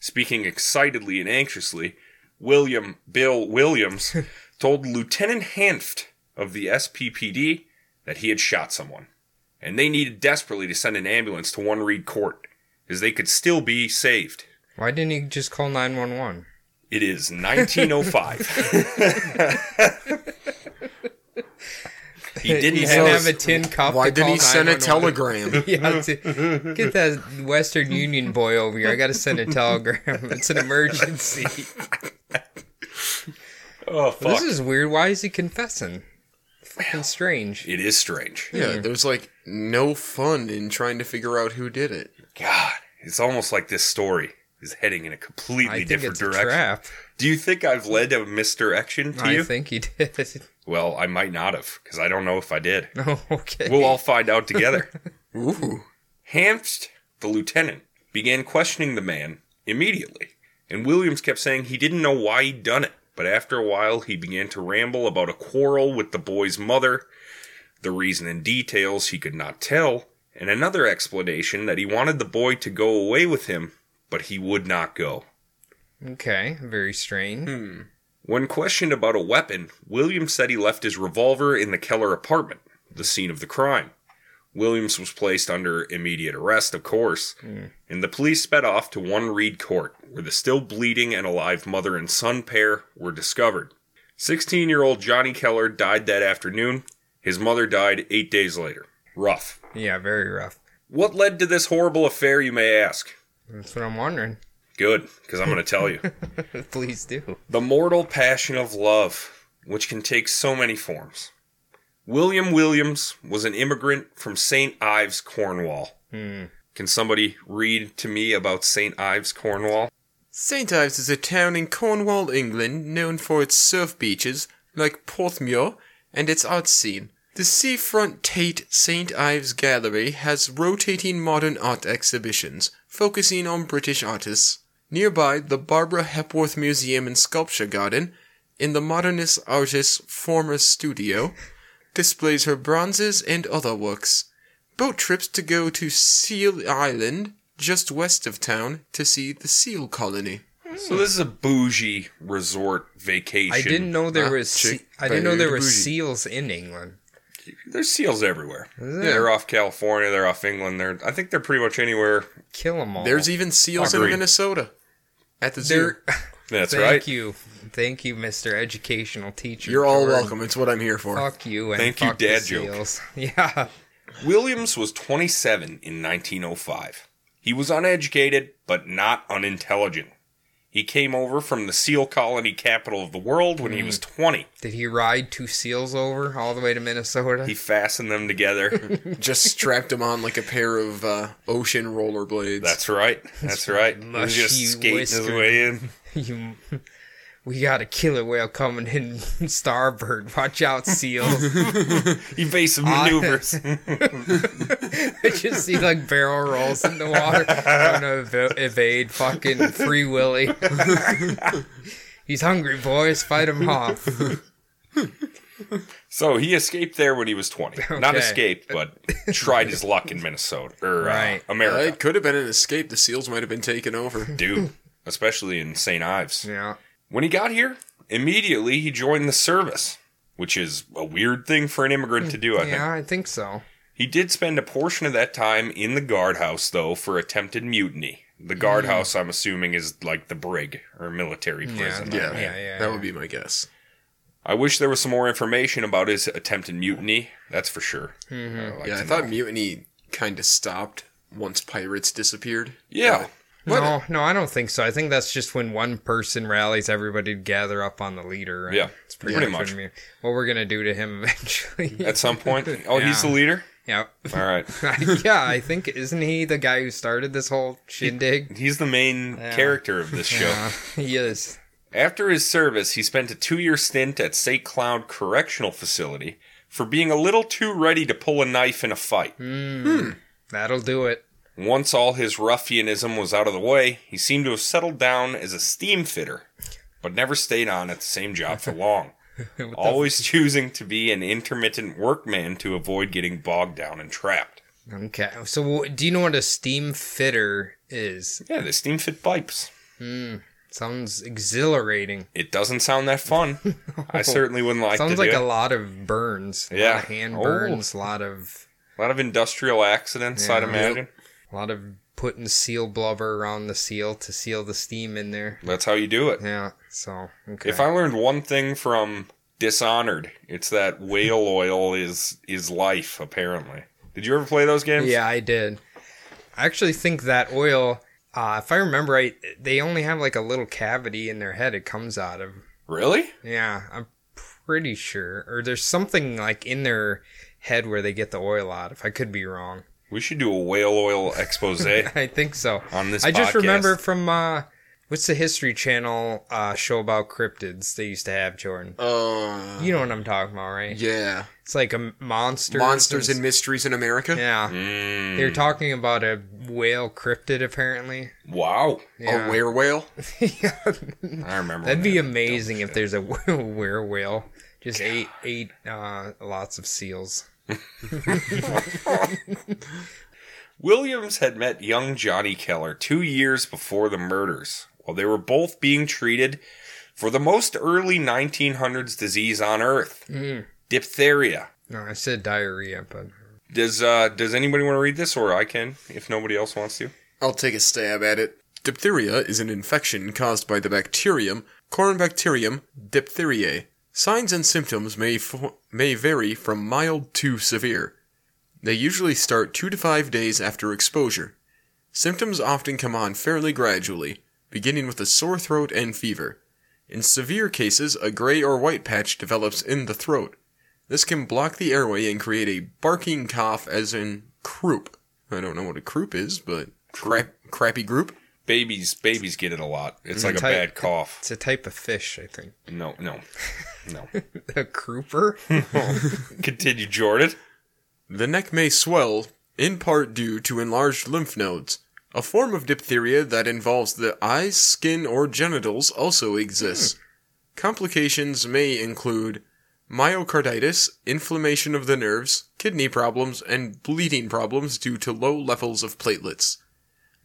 S9: Speaking excitedly and anxiously, William Bill Williams told Lieutenant Hanft of the SPPD that he had shot someone, and they needed desperately to send an ambulance to One Reed Court, as they could still be saved.
S8: Why didn't he just call 911?
S9: It is 1905. he didn't
S8: He
S9: have,
S8: didn't have a tin cup.
S10: Why
S8: to
S10: did
S8: call
S10: he send a
S8: 911?
S10: telegram?
S8: [LAUGHS] Yeah, to- get that Western Union boy over here. I gotta send a telegram. [LAUGHS] It's an emergency.
S9: [LAUGHS] Oh fuck!
S8: This is weird. Why is he confessing? Fucking strange.
S9: it is strange.
S10: Yeah, there's like no fun in trying to figure out who did it.
S9: God, it's almost like this story is heading in a completely
S8: I think
S9: different
S8: it's a
S9: direction.
S8: trap.
S9: Do you think I've led a misdirection to
S8: I
S9: you?
S8: think he did. [LAUGHS]
S9: well, I might not have because I don't know if I did.
S8: No, okay.
S9: We'll all find out together.
S10: Ooh.
S9: Hanft, the lieutenant, began questioning the man immediately, and Williams kept saying he didn't know why he'd done it. But after a while, he began to ramble about a quarrel with the boy's mother, the reason and details he could not tell, and another explanation that he wanted the boy to go away with him, but he would not go.
S8: okay, very strange.
S9: Hmm. When questioned about a weapon, Williams said he left his revolver in the Keller apartment, the scene of the crime. Williams was placed under immediate arrest, of course, and the police sped off to One Reed Court, where the still bleeding and alive mother and son pair were discovered. 16 year old Johnny Keller died that afternoon. His mother died eight days later. Rough.
S8: Yeah, very rough.
S9: What led to this horrible affair, you may ask?
S8: That's what I'm wondering. [LAUGHS]
S9: Good, because I'm going to tell you.
S8: Please do.
S9: The mortal passion of love, which can take so many forms. William Williams was an immigrant from St. Ives, Cornwall.
S8: Hmm.
S9: Can somebody read to me about St. Ives, Cornwall?
S10: St. Ives is a town in Cornwall, England, known for its surf beaches, like Porthmeor, and its art scene. The seafront Tate St. Ives Gallery has rotating modern art exhibitions, focusing on British artists. Nearby, the Barbara Hepworth Museum and Sculpture Garden, in the modernist artist's former studio, displays her bronzes and other works boat trips to go to Seal Island, just west of town, to see the seal colony.
S9: So this is a bougie resort vacation.
S8: I didn't know there
S10: Ah,
S8: was.
S10: chick-
S8: se- I didn't know there were
S10: bougie.
S8: seals in England.
S9: There's seals everywhere.
S8: there?
S9: They're off California. They're off England. They're I think they're pretty much anywhere.
S8: Kill them all.
S10: There's e- even seals
S9: Agreed.
S10: in Minnesota. At the zoo.
S8: There-
S9: That's
S8: Thank
S9: right.
S8: you, thank you, Mister Educational Teacher.
S10: You're all
S8: Jordan.
S10: welcome. It's what I'm here for.
S8: Fuck you and
S9: Thank you,
S8: fuck
S9: dad
S8: the
S9: joke.
S8: seals. [LAUGHS] Yeah.
S9: Williams was 27 in 1905. He was uneducated, but not unintelligent. He came over from the seal colony capital of the world when he was
S10: Mm.
S9: 20.
S8: Did he ride two seals over all the way to Minnesota?
S9: He fastened them
S10: [LAUGHS]
S9: together.
S10: Just strapped him on like a pair of uh, ocean rollerblades.
S9: That's right. That's right. He was
S8: Mushy
S9: just skating his
S8: whiskered.
S9: way in.
S8: you, we got a killer whale coming in [LAUGHS] starboard. Watch out,
S10: [LAUGHS]
S8: [LAUGHS] seals.
S9: Evasive maneuvers.
S8: I just see like barrel rolls in the water trying to ev- evade fucking
S10: [LAUGHS]
S8: Free Willy. He's hungry, boys. Fight him off.
S9: So he escaped there when he was 20. Not
S10: Okay.
S9: escaped, but tried his luck in Minnesota or
S10: Right.
S9: uh, America.
S10: It could have been an escape. The seals might have been taken over.
S9: Dude, especially in St. Ives.
S8: Yeah.
S9: When he got here, immediately he joined the service, which is a weird thing for an immigrant to do, I think.
S8: yeah, I think so.
S9: He did spend a portion of that time in the guardhouse, though, for attempted mutiny. The guardhouse, I'm assuming, is like the brig or military prison.
S10: yeah, that would be my guess.
S9: I wish there was some more information about his attempted mutiny. That's for sure.
S10: Mm-hmm.
S9: like
S10: yeah, I
S9: to
S10: thought mutiny kind of stopped once pirates disappeared.
S9: Yeah.
S8: No, no, I don't think so. I think that's just when one person rallies everybody to gather up on the leader. and
S9: Yeah,
S8: it's pretty,
S9: pretty
S8: much,
S9: much.
S8: what I mean. what we're gonna do to him [LAUGHS] eventually.
S9: At
S8: [LAUGHS]
S9: some point. Oh, he's the leader?
S8: Yeah.
S9: All
S8: [LAUGHS]
S9: right.
S8: yeah, I think isn't he the guy who started this whole shindig?
S9: [LAUGHS]
S8: Uh,
S9: He's the main character of this show.
S8: [LAUGHS] he is.
S9: After his service, he spent a two year stint at St. Cloud Correctional Facility for being a little too ready to pull a knife in a fight.
S8: Hmm. That'll do it.
S9: Once all his ruffianism was out of the way, he seemed to have settled down as a steam fitter, but never stayed on at the same job
S8: [LAUGHS]
S9: for long, always choosing to be an intermittent workman to avoid getting bogged down and trapped.
S8: Okay. So wh- do you know what a steam fitter is?
S9: Yeah, they steam fit pipes.
S8: Hmm. Sounds exhilarating.
S9: It doesn't sound
S8: [LAUGHS]
S9: that fun. I certainly wouldn't like
S8: Sounds
S9: to do
S8: like
S9: it.
S8: a lot of burns. A lot
S9: Yeah.
S8: of hand
S9: Oh.
S8: burns. A lot of
S9: A lot of industrial accidents, I'd
S8: Yeah.
S9: imagine.
S8: a lot of putting seal blubber around the seal to seal the steam in there.
S9: That's how you do it.
S8: Yeah. So okay.
S9: If I learned one thing from Dishonored, it's that whale oil is is life. Apparently, did you ever play those games?
S8: Yeah, I did. I actually think that oil, uh, if I remember right, they only have like a little cavity in their head it comes out of.
S9: Really?
S8: Yeah, I'm pretty sure. Or there's something like in their head where they get the oil out, if I could be wrong.
S9: We should do a whale oil
S8: [LAUGHS]
S9: expose Mm,
S8: I think so.
S9: on this.
S8: I just
S9: podcast.
S8: remember from, uh, what's the History Channel uh, show about cryptids they used to have, Jordan?
S10: Uh,
S8: You know what I'm talking about, right?
S10: yeah.
S8: It's like a monster.
S10: Monsters and mysteries in America. Hmm.
S8: Yeah.
S9: Mm.
S8: They were talking about a whale cryptid, apparently.
S9: Wow,
S10: A
S8: Yeah.
S10: were
S8: [LAUGHS]
S10: whale.
S9: I remember.
S8: That'd
S9: when
S8: be
S9: that-
S8: amazing if there's a [LAUGHS] were whale. Just ate ate uh, lots of seals.
S9: Williams had met young Johnny Keller two years before the murders, while they were both being treated for the most early 1900s disease on Earth, diphtheria.
S8: Hmm. No, I said diarrhea, but
S9: Does uh, does anybody want to read this, or I can, if nobody else wants to?
S10: I'll take a stab at it. Diphtheria is an infection caused by the bacterium Corynebacterium diphtheriae. Signs and symptoms may fo- may vary from mild to severe. They usually start 2 to 5 days after exposure. Symptoms often come on fairly gradually, beginning with a sore throat and fever. In severe cases, a gray or white patch develops in the throat. This can block the airway and create a barking cough as in croup. I don't know what a croup is, but crap, crappy group.
S9: Babies, babies get it a lot. It's like a
S8: Type-
S9: bad cough.
S8: it's a type of fish, I think. [LAUGHS]
S9: No, no, no. [LAUGHS]
S8: A crouper?
S9: Continue, Jordan.
S10: The neck may swell, in part due to enlarged lymph nodes. A form of diphtheria that involves the eyes, skin, or genitals also exists. Complications may include myocarditis, inflammation of the nerves, kidney problems, and bleeding problems due to low levels of platelets.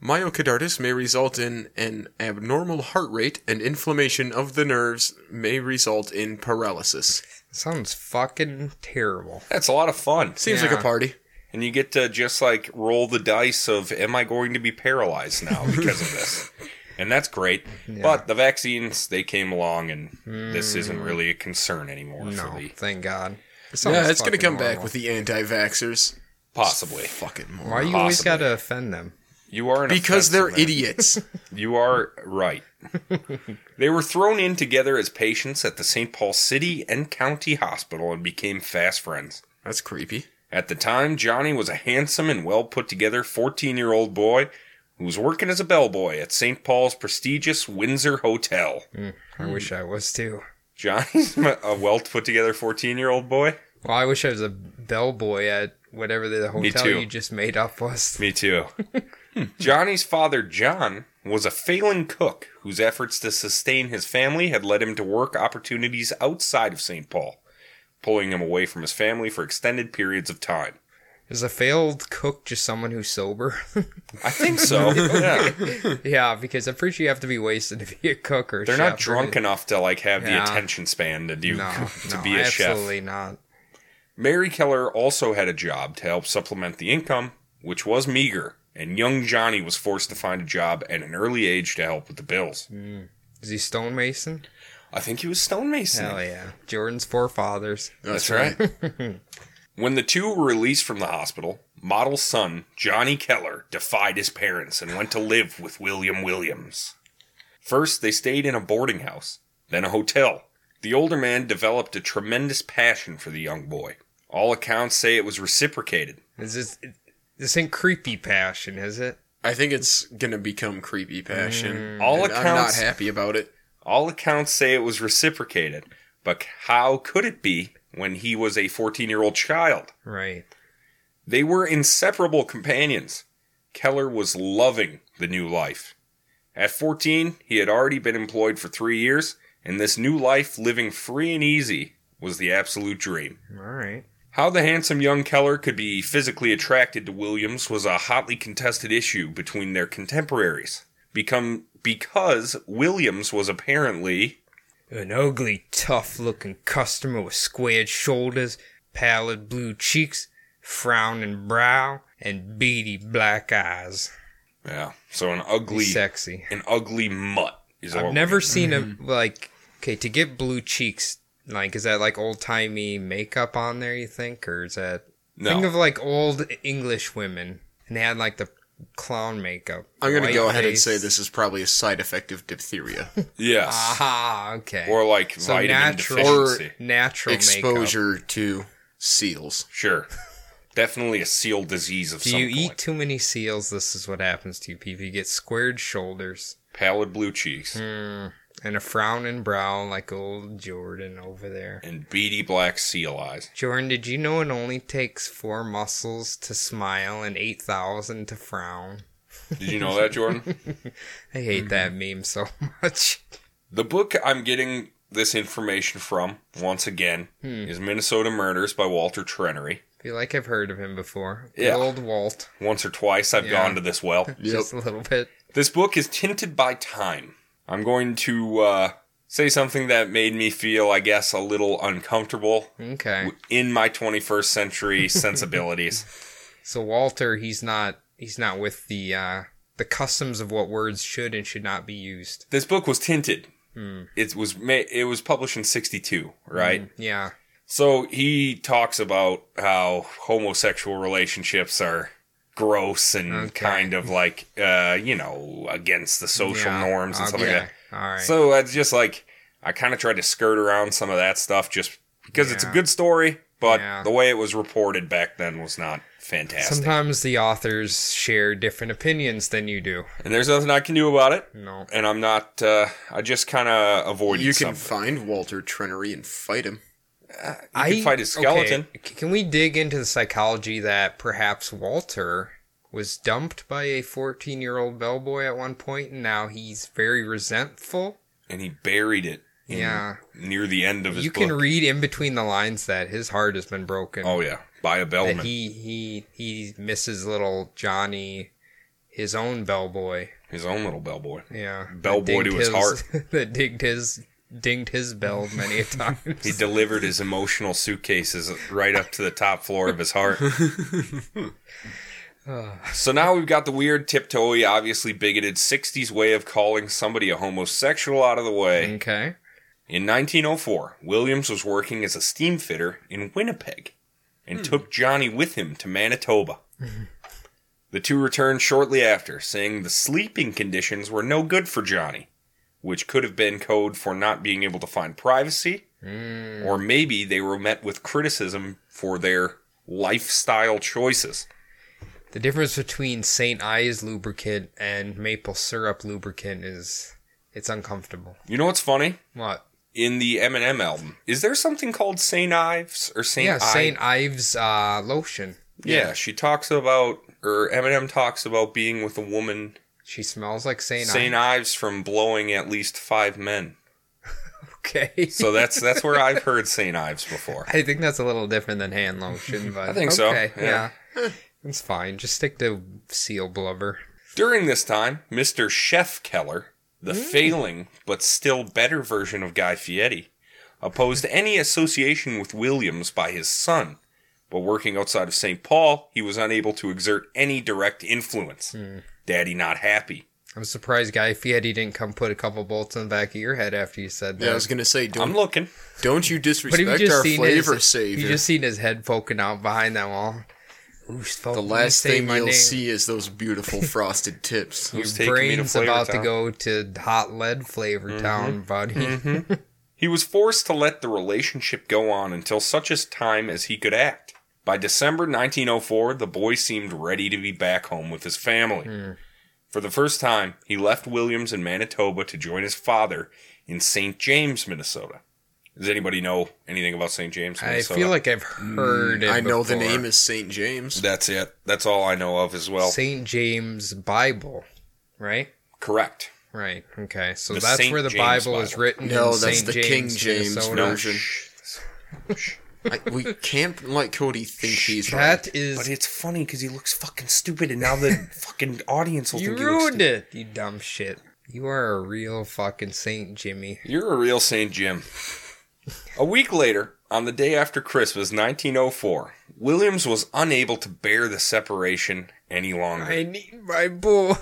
S10: Myocarditis may result in an abnormal heart rate, and inflammation of the nerves may result in paralysis.
S8: Sounds fucking terrible.
S9: That's a lot of fun,
S10: Seems like
S8: Yeah.
S10: a party.
S9: and you get to just like roll the dice of, am I going to be paralyzed now because of
S10: [LAUGHS]
S9: this? And that's great. But the vaccines, they came along, and this isn't
S10: Hmm.
S9: really a concern anymore for
S8: No,
S9: the
S8: thank God. It
S10: Yeah,
S8: sounds
S10: it's gonna
S8: fucking
S10: come back
S8: horrible.
S10: with the anti-vaxxers.
S9: possibly.
S10: Fucking more.
S8: Why you always
S9: Possibly.
S8: gotta offend them?
S9: You are an
S10: Because
S9: offensive
S10: they're
S9: man.
S10: idiots.
S9: [LAUGHS]
S10: [LAUGHS]
S9: You are right. they were thrown in together as patients at the St. Paul City and County Hospital and became fast friends.
S10: That's creepy.
S9: At the time, Johnny was a handsome and well put together 14 year old boy who was working as a bellboy at St. Paul's prestigious Windsor Hotel.
S10: Mm.
S8: I
S9: Hmm.
S8: wish I was too.
S9: Johnny's [LAUGHS] a well put together 14 year old boy?
S8: Well, I wish I was a bellboy at whatever the hotel
S9: too.
S8: you just made up was.
S9: Me too. Hmm. Johnny's father, John, was a failing cook whose efforts to sustain his family had led him to work opportunities outside of St. Paul, pulling him away from his family for extended periods of time.
S8: Is a failed cook just someone who's sober? [LAUGHS]
S9: I think so. yeah.
S8: yeah, because I'm pretty sure you have to be wasted to be a cook or a
S9: They're not
S8: chef, right?
S9: drunk enough to like have
S8: Yeah.
S9: the attention span to do
S8: No,
S9: [LAUGHS] to
S8: no,
S9: be a chef.
S8: absolutely not.
S9: Mary Keller also had a job to help supplement the income, which was meager, and young Johnny was forced to find a job at an early age to help with the bills.
S8: Mm. Is he stonemason?
S9: I think he was stonemason.
S8: Hell yeah. Jordan's forefathers.
S9: That's right. when the two were released from the hospital, model son Johnny Keller defied his parents and went to live with William Williams. First, they stayed in a boarding house, then a hotel. The older man developed a tremendous passion for the young boy. All accounts say it was reciprocated.
S8: Is this this ain't creepy passion, is it?
S10: I think it's gonna become creepy passion.
S9: All
S10: Mm, and I'm not
S9: accounts-
S10: happy about it.
S9: All accounts say it was reciprocated, but how could it be when he was a 14 year old child?
S8: Right.
S9: They were inseparable companions. Keller was loving the new life. At 14, he had already been employed for three years, and this new life, living free and easy, was the absolute dream.
S8: All right.
S9: How the handsome young Keller could be physically attracted to Williams was a hotly contested issue between their contemporaries. Become because Williams was apparently
S8: An ugly, tough looking customer with squared shoulders, pallid blue cheeks, frowning brow, and beady black eyes.
S9: yeah, so an
S8: He's
S9: ugly
S8: sexy.
S9: an ugly mutt is
S8: I've
S9: what
S10: [LAUGHS]
S8: never seen him like okay, to get blue cheeks, like is that like old timey makeup on there, you think? Or is that
S9: No.
S8: think of like old English women and they had like the clown makeup.
S10: I'm gonna
S8: white
S10: go ahead and
S8: face.
S10: say this is probably a side effect of diphtheria.
S9: yes
S8: Ah, okay.
S9: or like
S8: so
S9: vitamin
S8: natural,
S9: deficiency.
S8: natural Makeup.
S10: Exposure to seals.
S9: Sure. Definitely a seal disease of
S8: Do
S9: some
S8: you eat
S9: kind.
S8: too many seals? This is what happens to you, people. You get squared shoulders
S9: Pallid blue cheeks
S8: Hmm. and a frowning brow, like old Jordan over there.
S9: and beady black seal eyes.
S8: Jordan, did you know it only takes four muscles to smile and 8,000 to frown?
S9: Did you know
S8: [LAUGHS]
S9: that, Jordan?
S8: I hate that meme so [LAUGHS] much.
S9: the book I'm getting this information from, once again,
S8: Hmm.
S9: is Minnesota Murders by Walter Trenery.
S8: feel like I've heard of him before. Good
S9: Yeah.
S8: Old Walt.
S9: Once or twice I've
S8: Yeah.
S9: gone to
S8: [LAUGHS]
S9: this well.
S8: Just a little bit.
S9: This book is tinted by time. I'm going to uh, say something that made me feel, I guess, a little uncomfortable
S8: Hmm. Okay.
S9: in my 21st
S8: [LAUGHS]
S9: century sensibilities.
S8: So Walter, he's not he's not with the uh the customs of what words should and should not be used.
S9: This book was tinted.
S8: Hmm.
S9: It was ma- it was published in 62, right?
S8: Yeah.
S9: So he talks about how homosexual relationships are gross and
S8: Okay.
S9: kind of like uh, you know, against the social
S8: yeah.
S9: norms and stuff like
S8: Okay.
S9: that.
S8: All right.
S9: So that's just like I kind of tried to skirt around some of that stuff just because it's a
S8: Yeah.
S9: good story, but
S8: Yeah.
S9: the way it was reported back then was not fantastic.
S8: Sometimes the authors share different opinions than you do.
S9: and there's nothing I can do about it.
S8: No.
S9: And I'm not uh I just kind of avoided
S10: You can
S9: something.
S10: find Walter Trenery and fight him.
S9: You can fight a skeleton.
S8: okay, c- Can we dig into the psychology that perhaps Walter was dumped by a 14 year old bellboy at one point and now he's very resentful?
S9: and he buried it in-
S8: Yeah.
S9: near the end of his
S8: You
S9: book.
S8: can read in between the lines that his heart has been broken.
S9: oh yeah, by a bellman.
S8: that he, he, he misses little Johnny, his own bellboy.
S9: his own little bellboy.
S8: Yeah. that
S9: Bellboy to
S8: dinged [LAUGHS]
S9: his heart.
S8: that dinged his, dinged his bell many
S9: [LAUGHS]
S8: a times.
S9: He delivered his emotional suitcases right up to the top floor of
S8: [LAUGHS]
S9: his heart. so now we've got the weird tiptoey, obviously bigoted 60s way of calling somebody a homosexual out of the way.
S8: okay.
S9: In 1904, Williams was working as a steam fitter in Winnipeg and took Johnny with him to Manitoba. the two returned shortly after, saying the sleeping conditions were no good for Johnny, which could have been code for not being able to find privacy, or maybe they were met with criticism for their lifestyle choices.
S8: The difference between St. Ives lubricant and maple syrup lubricant is it's uncomfortable.
S9: You know what's funny?
S8: What?
S9: In the Eminem album, is there something called St. Ives or St.
S8: yeah,
S9: Ives?
S8: St. Ives uh, lotion.
S9: Yeah, she talks about, or Eminem talks about being with a woman,
S8: She smells like St. Ives.
S9: St. Ives, from blowing at least five men.
S8: Okay. [LAUGHS]
S9: So that's that's where I've heard St. Ives before.
S8: I think that's a little different than hand lotion, but
S9: [LAUGHS] I think so,
S8: okay,
S9: yeah.
S8: It's fine. Just stick to seal blubber.
S9: During this time, Mr. Chef Keller, the
S8: Mm.
S9: failing but still better version of Guy Fieri, opposed any association with Williams by his son. But working outside of St. Paul, he was unable to exert any direct influence.
S8: Hmm.
S9: Daddy not happy.
S8: I'm surprised Guy Fieri didn't come put a couple bolts in the back of your head after you said that.
S10: Yeah, I was gonna say,
S9: I'm
S10: don't
S9: looking.
S10: don't you
S8: But have
S10: disrespect
S8: you just
S10: our
S8: seen
S10: flavor
S8: his,
S10: savior?
S8: You just seen his head poking out behind that wall. Ooh,
S10: the last thing you'll see is those beautiful frosted tips.
S9: Who's
S8: Your
S9: taking me to
S8: brain's
S9: Flavor
S8: about
S9: Town? Mm-hmm.
S8: to go to hot lead flavor town, buddy. [LAUGHS]
S9: He was forced to let the relationship go on until such a time as he could act. By December 1904, the boy seemed ready to be back home with his family.
S8: Hmm.
S9: For the first time, he left Williams in Manitoba to join his father in St. James, Minnesota. Does anybody know anything about St. James,
S8: I
S9: Minnesota?
S8: feel like I've heard. it
S10: Mm, I know the
S8: before.
S10: name is Saint James.
S9: that's it. That's all I know of as well.
S8: Saint James Bible, right?
S9: Correct.
S8: Right. Okay. So
S9: The
S8: that's
S9: Saint
S8: where the
S9: James
S8: Bible, is
S9: Bible.
S8: written.
S10: No,
S8: in
S10: that's
S8: Saint
S10: the
S8: James,
S10: King James
S8: Minnesota.
S9: No.
S10: version.
S9: shh. Shh.
S10: I, we can't let Cody think he's right.
S8: That is
S9: But it's funny because he looks fucking stupid, and now
S8: [LAUGHS]
S9: the fucking audience will
S8: You
S9: think he looks
S8: ruined
S9: stupid.
S8: it, you dumb shit. You are a real fucking Saint Jimmy.
S9: You're a real St. Jim. A week later, on the day after Christmas 1904, Williams was unable to bear the separation any longer.
S8: I need my boy.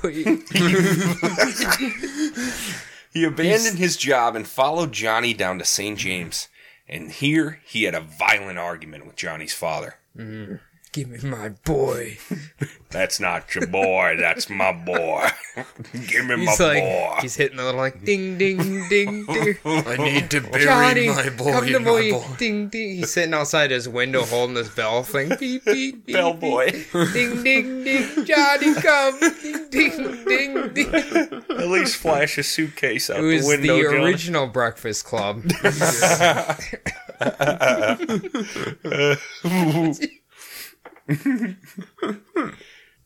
S9: He abandoned his job and followed Johnny down to St. James, and here he had a violent argument with Johnny's father.
S8: [LAUGHS] Give me my boy.
S9: That's not your boy, that's my boy. [LAUGHS] Give me
S8: He's
S9: my
S8: like,
S9: boy.
S8: he's hitting the little like ding ding ding ding.
S10: I need to bury
S8: Johnny,
S10: my boy,
S8: come to
S10: my
S8: boy.
S10: boy.
S8: Ding ding. He's sitting outside his window holding this bell thing. Beep beep beep.
S9: Bell
S8: beep.
S9: boy.
S8: [LAUGHS] Ding ding ding. Johnny, come. Ding ding ding ding.
S9: [LAUGHS] At least flash a suitcase out
S8: It was
S9: the
S8: the,
S9: window. Johnny.
S8: original Breakfast Club.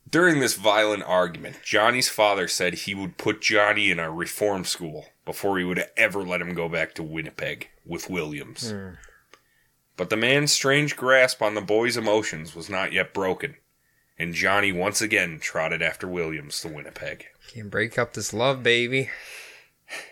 S9: During this violent argument, Johnny's father said he would put Johnny in a reform school before he would ever let him go back to Winnipeg with Williams. But the man's strange grasp on the boy's emotions was not yet broken, and Johnny once again trotted after Williams to Winnipeg.
S8: Can't break up this love, baby.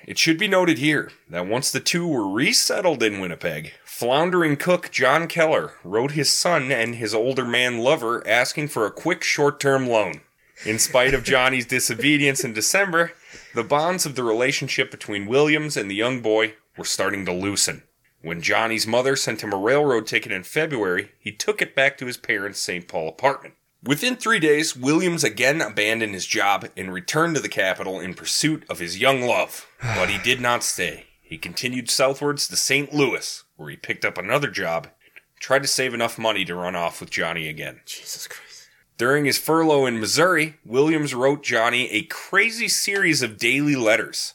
S9: It should be noted here that once the two were resettled in Winnipeg, floundering cook John Keller wrote his son and his older man lover asking for a quick short term loan. In spite of Johnny's disobedience in December, the bonds of the relationship between Williams and the young boy were starting to loosen. When Johnny's mother sent him a railroad ticket in February, he took it back to his parents' St. Paul apartment. Within three days, Williams again abandoned his job and returned to the capital in pursuit of his young love. But he did not stay. He continued southwards to St. Louis, where he picked up another job, tried to save enough money to run off with Johnny again.
S10: Jesus Christ.
S9: During his furlough in Missouri, Williams wrote Johnny a crazy series of daily letters,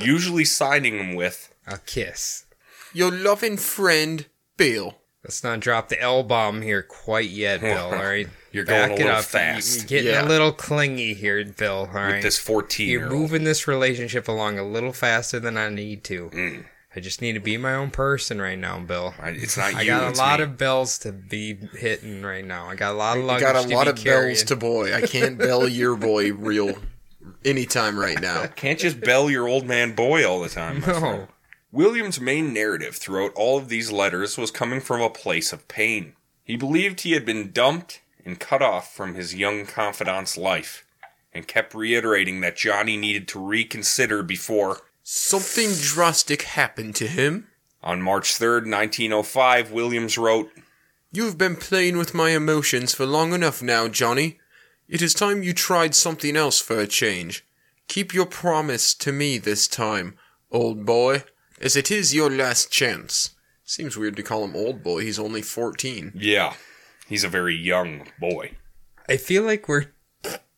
S9: usually signing them with
S8: A kiss.
S10: Your loving friend, Bill.
S8: Let's not drop the L bomb here quite yet,
S9: [LAUGHS]
S8: Bill. All right,
S9: You're going a little fast.
S8: You're getting
S10: Yeah.
S8: a little clingy here, Bill. All right,
S9: this 14
S8: you're
S9: year old.
S8: moving this relationship along a little faster than I need to.
S9: Mm.
S8: I just need to be my own person right now, Bill.
S9: It's not you.
S8: I got
S9: it's
S8: a lot
S9: me.
S8: of bells to be hitting right now. I got a lot of
S10: I
S8: luggage
S10: got a
S8: to
S10: lot
S8: be
S10: of
S8: carrying. [LAUGHS]
S10: bells to boy. I can't bell your boy real anytime right now.
S9: [LAUGHS] Can't just bell your old man boy all the time. my friend.
S8: [LAUGHS] No,
S9: William's main narrative throughout all of these letters was coming from a place of pain. He believed he had been dumped and cut off from his young confidant's life, and kept reiterating that Johnny needed to reconsider before
S10: Something drastic happened to him.
S9: On March 3rd, 1905, Williams wrote,
S10: You've been playing with my emotions for long enough now, Johnny. It is time you tried something else for a change. Keep your promise to me this time, old boy, as it is your last chance. Seems weird to call him old boy, he's only 14.
S9: Yeah, he's a very young boy.
S8: I feel like we're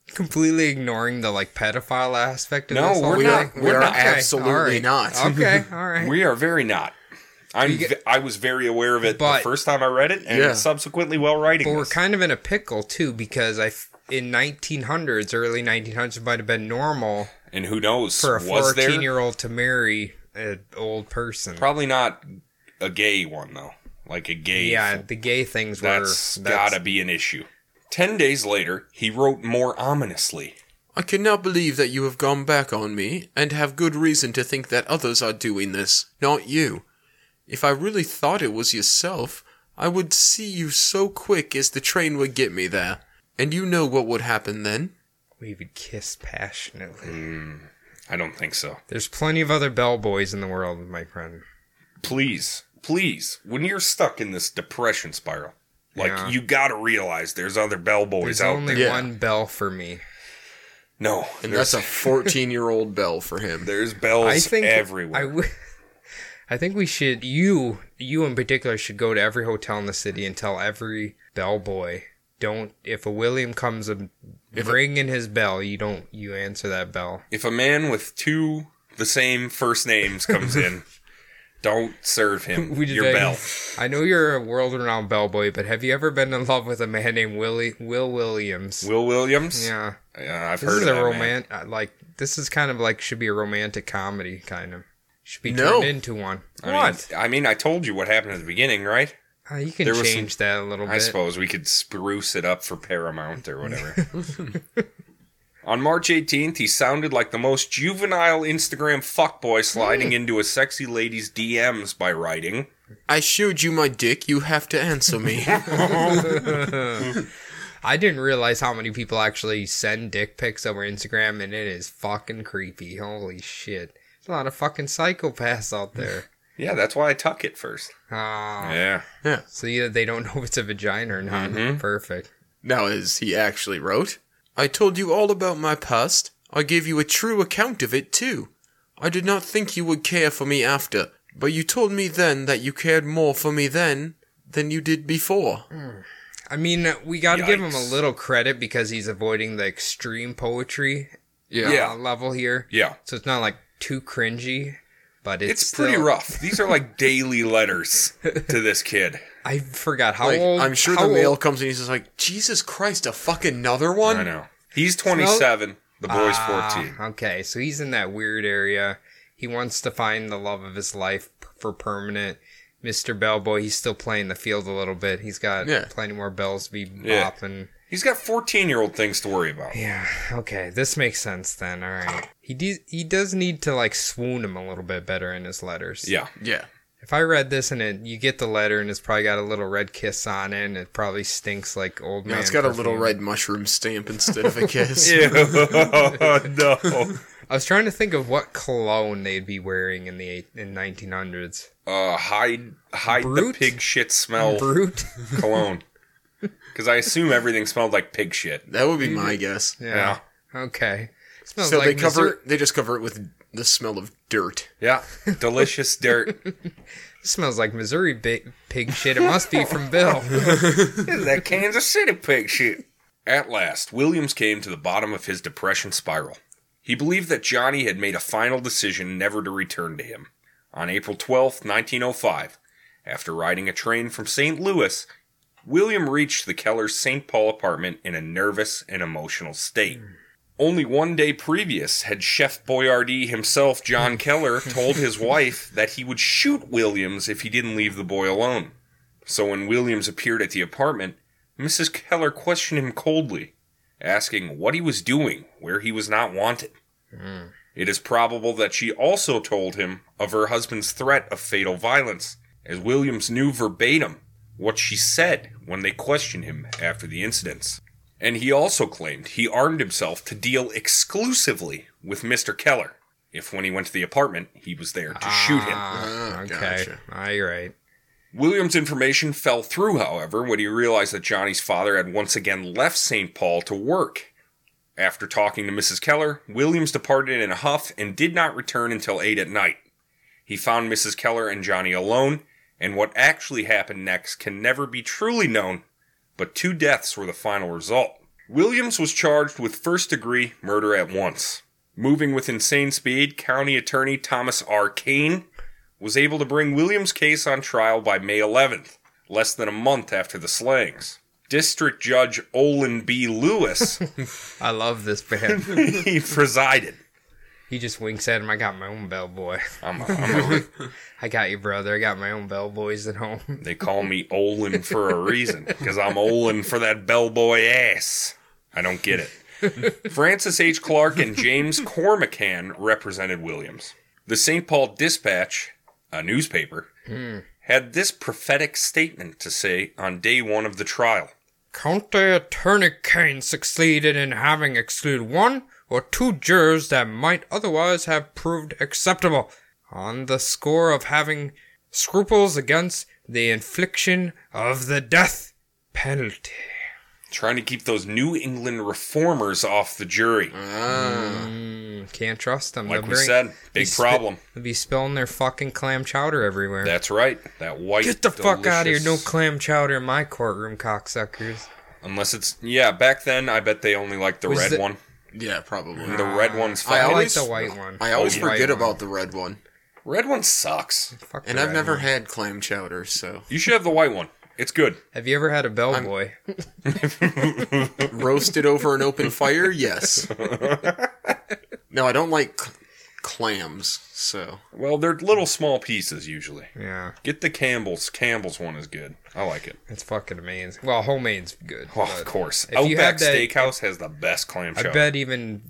S8: completely ignoring the like pedophile aspect of
S9: No,
S8: this.
S9: we're
S8: already.
S9: not- we're not.
S8: Okay,
S10: Absolutely
S8: all right.
S10: not.
S8: [LAUGHS]
S10: [LAUGHS]
S9: [LAUGHS]
S8: Okay, all right.
S9: We are very not. I'm, ve- I was very aware of it the
S8: But-
S9: first time I read it, and
S10: Yeah.
S9: subsequently while writing
S8: But we're
S9: this.
S8: kind of in a pickle too because I f- in 1900s, early 1900s, it might have been normal
S9: and who knows?
S8: for a
S9: was there?
S8: 14 year old to marry an old person.
S9: Probably not a gay one though. Like a gay.
S8: Yeah, the gay things were.
S9: that's gotta be an issue. Ten days later, he wrote more ominously.
S10: I cannot believe that you have gone back on me, and have good reason to think that others are doing this, not you. If I really thought it was yourself, I would see you so quick as the train would get me there. And you know what would happen then.
S8: We would kiss passionately.
S9: Hmm. I don't think so.
S8: There's plenty of other bellboys in the world, my friend.
S9: Please, please, when you're stuck in this depression spiral, like
S8: Yeah.
S9: you gotta realize there's other bellboys
S8: There's
S9: out
S8: only
S9: there.
S10: Yeah.
S8: one bell for me.
S9: No,
S10: And
S9: there's,
S10: that's a 14 year old [LAUGHS] bell for him.
S9: there's bells
S8: I think
S9: everywhere.
S8: I, w- [LAUGHS] I think we should you you in particular should go to every hotel in the city and tell every bellboy don't if a William comes a ring in his bell you don't you answer that bell.
S9: if a man with two the same first names comes in,
S8: [LAUGHS]
S9: don't serve him
S8: We just
S9: your
S8: like, [LAUGHS]
S9: bell.
S8: I know you're a world renowned bellboy, but have you ever been in love with a man named Willie Will Williams?
S9: Will Williams?
S8: yeah,
S9: Yeah, I've
S8: this
S9: heard
S8: is
S9: of
S8: a
S9: that man.
S8: romantic like this is kind of like should be a romantic comedy kind of should be
S10: No.
S8: turned into one.
S9: I mean-
S8: what?
S9: I mean, I told you what happened at the beginning, right?
S8: Uh, you can
S9: there was some-
S8: change that a little bit.
S9: I suppose we could spruce it up for Paramount
S8: [LAUGHS]
S9: or whatever. [LAUGHS] On March 18th, he sounded like the most juvenile Instagram fuckboy sliding
S8: Hmm.
S9: into a sexy lady's DMs
S8: [LAUGHS]
S9: by writing,
S10: I showed you my dick, you have to answer me.
S8: I didn't realize how many people actually send dick pics over Instagram, and it is fucking creepy. Holy shit. There's a lot of fucking psychopaths out
S9: [LAUGHS]
S8: there.
S9: Yeah, that's why I tuck it first.
S8: Ah,
S9: Yeah.
S8: So either they don't know if it's a vagina or not.
S9: Mm-hmm.
S8: Perfect.
S10: [LAUGHS] Now, as he actually wrote, I told you all about my past. I gave you a true account of it, too. I did not think you would care for me after, but you told me then that you cared more for me then than you did before.
S8: I mean, uh, we got to give him a
S9: Yikes.
S8: little credit because he's avoiding the extreme poetry uh,
S9: Yeah.
S8: level here.
S9: Yeah.
S8: So it's not like too cringy, but it's,
S9: It's, pretty
S8: still-
S9: rough. These are
S8: [LAUGHS]
S9: like daily letters to this kid.
S8: I forgot how
S10: Like,
S8: old.
S10: I'm sure
S8: how
S10: the mail
S8: old-
S10: comes and he's just like, Jesus Christ, a fucking another one?
S9: I know. He's 27. The boy's
S8: Ah,
S9: 14.
S8: [CLEARS THROAT] Okay, so he's in that weird area. He wants to find the love of his life p- for permanent. Mr. Bellboy, he's still playing the field a little bit. He's got
S10: Yeah.
S8: plenty more bells to be
S9: Yeah.
S8: bopping.
S9: He's got 14 year old things to worry about.
S8: Yeah. okay, this makes sense then. All right. He de- he does need to like swoon him a little bit better in his letters.
S9: Yeah. [LAUGHS]
S10: Yeah.
S8: If I read this and it, you get the letter and it's probably got a little red kiss on it and it probably stinks like old
S10: Now
S8: man.
S10: it's got a little
S8: perfume.
S10: red mushroom stamp instead of a kiss.
S9: Ew, Oh, no.
S8: I was trying to think of what cologne they'd be wearing in the eight- in 1900s.
S9: Uh, hide hide
S8: Brute?
S9: the pig shit
S10: Oh.
S9: smell
S8: Brute. [LAUGHS]
S9: cologne. Because I assume everything smelled like pig shit.
S10: That would be my guess.
S8: Yeah. Okay. Smells
S10: So they
S8: like
S10: cover
S8: Missouri,
S10: they just cover it with [LAUGHS] the smell of dirt.
S9: Yeah. Delicious dirt.
S8: smells like Missouri bi- pig shit. It must be from Bill.
S9: Is that Kansas City pig shit? At last, Williams came to the bottom of his depression spiral. He believed that Johnny had made a final decision never to return to him. On April twelfth, 1905, after riding a train from St. Louis, William reached the Keller's St. Paul apartment in a nervous and emotional state. Only one day previous had Chef Boyardee himself, John Keller, told his wife that he would shoot Williams if he didn't leave the boy alone. So when Williams appeared at the apartment, Mrs. Keller questioned him coldly, asking what he was doing where he was not wanted. It is probable that she also told him of her husband's threat of fatal violence, as Williams knew verbatim what she said when they questioned him after the incidents. And he also claimed he armed himself to deal exclusively with Mr. Keller, if when he went to the apartment, he was there to shoot him.
S8: Ah, okay.
S10: gotcha.
S8: Ah, you're right.
S9: Williams' information fell through, however, when he realized that Johnny's father had once again left St. Paul to work. After talking to Mrs. Keller, Williams departed in a huff and did not return until 8 at night. He found Mrs. Keller and Johnny alone, and what actually happened next can never be truly known, but two deaths were the final result. Williams was charged with first degree murder at once. Moving with insane speed, County Attorney Thomas R. Kane was able to bring Williams' case on trial by May 11th, less than a month after the slayings. District Judge Olin B. Lewis [LAUGHS]
S8: I love this band.
S9: he presided.
S8: He just winks at him. I got my own bellboy.
S9: I'm a,
S8: [LAUGHS]
S9: I'm a,
S8: I got you, brother. I got my own bellboys at home.
S9: they call me Olin for a reason because I'm Olin for that bellboy ass. I don't get it. Francis H. Clark and James Cormacan represented Williams. The St. Paul Dispatch, a newspaper, had this prophetic statement to say on day one of the trial.
S8: County Attorney Kane succeeded in having excluded one or two jurors that might otherwise have proved acceptable on the score of having scruples against the infliction of the death penalty.
S9: Trying to keep those New England reformers off the jury.
S8: Mm-hmm. Mm, can't trust them.
S9: Like
S8: They'll
S9: we said, big
S8: be spi-
S9: problem.
S8: they'll be spilling their fucking clam chowder everywhere.
S9: That's right. That white.
S8: Get the fuck out of here! No
S9: delicious-
S8: clam chowder in my courtroom, cocksuckers.
S9: Unless it's yeah. Back then, I bet they only liked the
S8: Was
S9: red
S8: the-
S9: one.
S10: Yeah, probably.
S9: The red one's
S10: I
S9: fine.
S8: I like
S10: always-
S8: the white one.
S10: I always
S8: The white
S10: forget
S8: one.
S10: about the red one,
S9: red one sucks.
S8: Fuck the
S10: and I've
S8: red
S10: never
S8: one.
S10: had clam chowder, so
S9: You should have the white one. It's good.
S8: Have you ever had a bellboy?
S10: roasted over an open fire. Yes. no, I don't like cl- clams, so
S9: Well, they're little small pieces usually.
S8: Yeah,
S9: Get the Campbell's. Campbell's one is good. I like it.
S8: it's fucking amazing. Well, homemade's good.
S9: Oh,
S8: but
S9: of course.
S8: if you had
S9: Outback
S8: that-
S9: Steakhouse has the best clam
S8: I
S9: chowder.
S8: bet even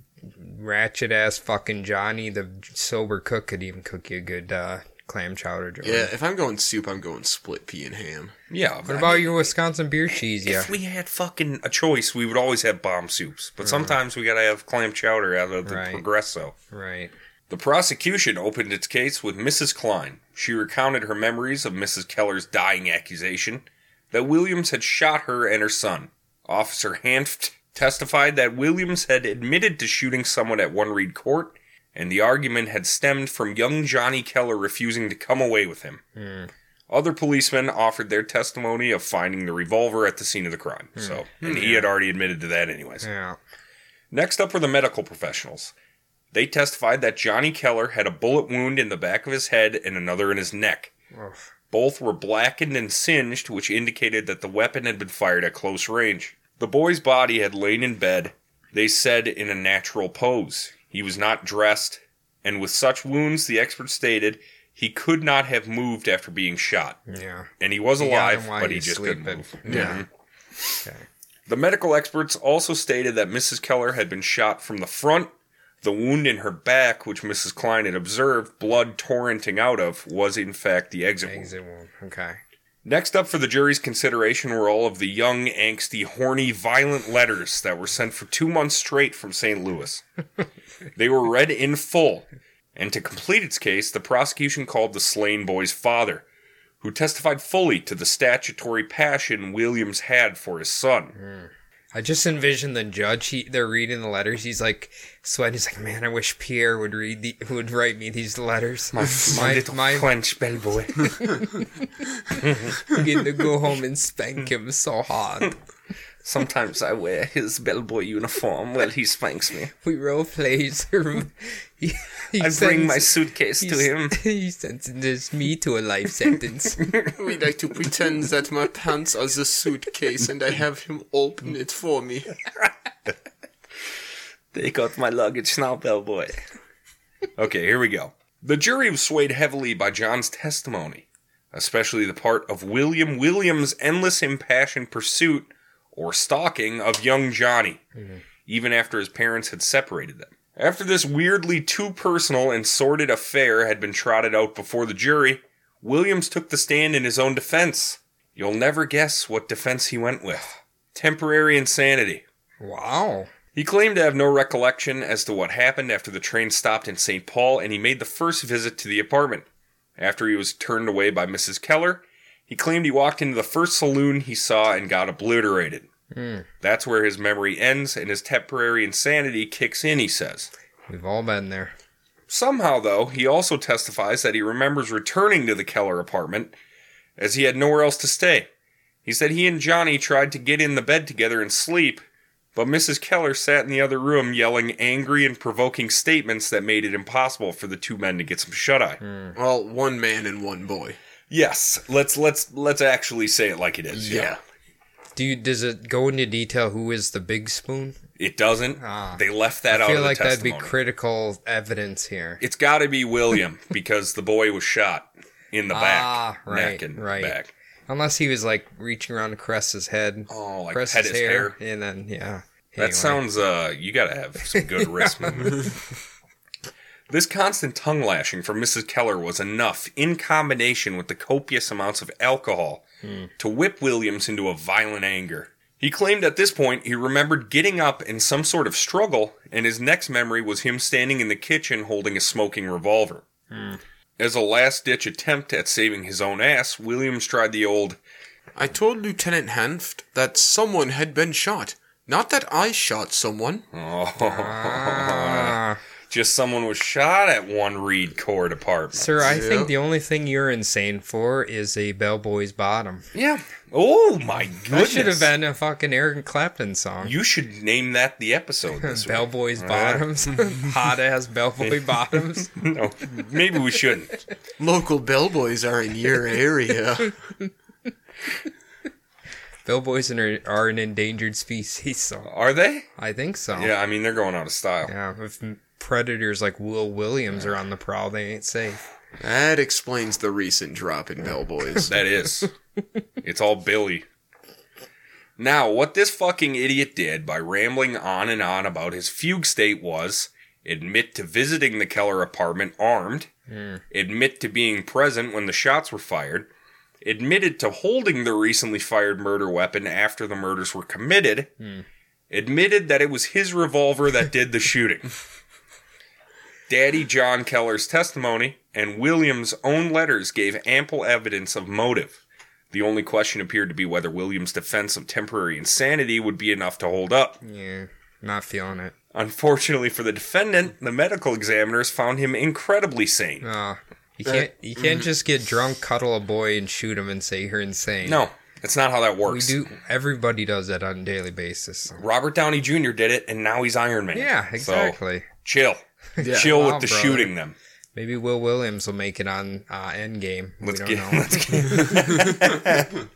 S8: ratchet ass fucking Johnny, the sober cook, could even cook you a good uh, clam chowder. Jordan.
S10: yeah. If I'm going soup, I'm going split pea and ham.
S9: Yeah.
S8: What about your Wisconsin beer cheese? Yeah.
S9: If we had fucking a choice, we would always have bomb soups. But sometimes we gotta have clam chowder out of the
S8: Mm-hmm. Right.
S9: Progresso.
S8: Right.
S9: The prosecution opened its case with Mrs. Klein. She recounted her memories of Mrs. Keller's dying accusation that Williams had shot her and her son. Officer Hanft testified that Williams had admitted to shooting someone at One Reed Court, and the argument had stemmed from young Johnny Keller refusing to come away with him. Other policemen offered their testimony of finding the revolver at the scene of the crime. So, and he had already admitted to that, anyways.
S8: Yeah.
S9: Next up were the medical professionals. They testified that Johnny Keller had a bullet wound in the back of his head and another in his neck. Both were blackened and singed, which indicated that the weapon had been fired at close range. The boy's body had lain in bed, they said in a natural pose. He was not dressed, and with such wounds, the expert stated he could not have moved after being shot.
S8: Yeah.
S9: And he was
S8: He got
S9: alive,
S8: him while
S9: but
S8: he
S9: he
S8: was
S9: just couldn't
S8: sleeping.
S9: move.
S10: Yeah.
S9: The medical experts also stated that Mrs. Keller had been shot from the front. The wound in her back, which Mrs. Klein had observed blood torrenting out of, was in fact the exit wound.
S8: Exit wound. Okay.
S9: Next up for the jury's consideration were all of the young, angsty, horny, violent letters that were sent for two months straight from St. Louis. they were read in full, and to complete its case, the prosecution called the slain boy's father, who testified fully to the statutory passion Williams had for his son.
S8: I just envisioned the judge. He, they're reading the letters. He's like sweating. He's like, "Man, I wish Pierre would read the, would write me these letters. My
S9: French
S8: [LAUGHS]
S9: bellboy.
S8: I'm going to go home and spank him so hard.
S9: Sometimes I wear his bellboy uniform while he spanks me.
S8: We role plays. he, he
S9: I bring my
S8: sends-
S9: suitcase to
S8: he's-
S9: him.
S8: [LAUGHS] He sentences me to a life sentence.
S10: We like to pretend that my pants are the suitcase, and I have him open it for me.
S9: They got my luggage now, bellboy. okay, here we go. The jury was swayed heavily by John's testimony, especially the part of William Williams' endless impassioned pursuit or stalking of young Johnny, even after his parents had separated them. After this weirdly too personal and sordid affair had been trotted out before the jury, Williams took the stand in his own defense. You'll never guess what defense he went with temporary insanity.
S8: wow.
S9: He claimed to have no recollection as to what happened after the train stopped in St. Paul and he made the first visit to the apartment. After he was turned away by Mrs. Keller, he claimed he walked into the first saloon he saw and got obliterated. That's where his memory ends and his temporary insanity kicks in, he says.
S8: We've all been there.
S9: Somehow, though, he also testifies that he remembers returning to the Keller apartment as he had nowhere else to stay. He said he and Johnny tried to get in the bed together and sleep, but Mrs. Keller sat in the other room yelling angry and provoking statements that made it impossible for the two men to get some shut eye.
S8: Hmm.
S10: Well, one man and one boy.
S9: Yes, let's let's let's actually say it like it is.
S10: Yeah.
S8: Do you, does it go into detail who is the big spoon?
S9: It doesn't. they left that
S8: Ah. I
S9: out
S8: feel
S9: of the
S8: like that'd be
S9: testimony.
S8: critical evidence here.
S9: it's got to be William because the boy was shot in the back,
S8: Ah, right,
S9: neck and
S8: right.
S9: back.
S8: Unless he was like reaching around to caress his head.
S9: Oh, like
S8: caress
S9: pet his hair.
S8: And then, yeah.
S9: That sounds uh you gotta have some good wrist movement. This constant tongue lashing from Mrs. Keller was enough, in combination with the copious amounts of alcohol, to whip Williams into a violent anger. He claimed at this point he remembered getting up in some sort of struggle, and his next memory was him standing in the kitchen holding a smoking revolver. As a last ditch attempt at saving his own ass, Williams tried the old,
S10: I told Lieutenant Hanft that someone had been shot. Not that I shot someone.
S9: oh, [LAUGHS] just someone was shot at one Reed Court apartment.
S8: Sir, I
S10: Yeah.
S8: think the only thing you're insane for is a bellboy's bottom.
S9: Yeah. Oh my goodness.
S8: That should have been a fucking Eric Clapton [LAUGHS] song.
S9: You should name that the
S8: [LAUGHS]
S9: episode this week.
S8: Bellboy's bottoms, [LAUGHS] hot ass bellboy bottoms.
S9: [LAUGHS] No, maybe we shouldn't.
S10: Local bellboys are in your area.
S8: Bellboys are, are an endangered species, so
S9: Are they?
S8: I think so.
S9: Yeah, I mean they're going out of style.
S8: Yeah, if predators like Will Williams are on the prowl, they ain't safe.
S10: that explains the recent drop in bellboys.
S9: [LAUGHS] That is. it's all Billy. Now, what this fucking idiot did by rambling on and on about his fugue state was admit to visiting the Keller apartment armed, admit to being present when the shots were fired, admitted to holding the recently fired murder weapon after the murders were committed, admitted that it was his revolver that did the shooting. Daddy John Keller's testimony and Williams' own letters gave ample evidence of motive. The only question appeared to be whether Williams' defense of temporary insanity would be enough to hold up.
S8: Yeah, not feeling it.
S9: Unfortunately for the defendant, the medical examiners found him incredibly sane.
S8: Uh, you can't you can't just get drunk, cuddle a boy, and shoot him and say you're insane.
S9: No, that's not how that
S8: we
S9: works.
S8: do. Everybody does that on a daily basis. so.
S9: Robert Downey Jr. did it, and now he's Iron Man.
S8: Yeah,
S9: So,
S8: exactly. [LAUGHS]
S9: chill. Chill
S8: Wow,
S9: with the
S8: brother.
S9: shooting them.
S8: Maybe Will Williams will make it on uh, Endgame.
S9: Let's
S8: we
S9: get,
S8: don't know.
S9: [LAUGHS] let's get-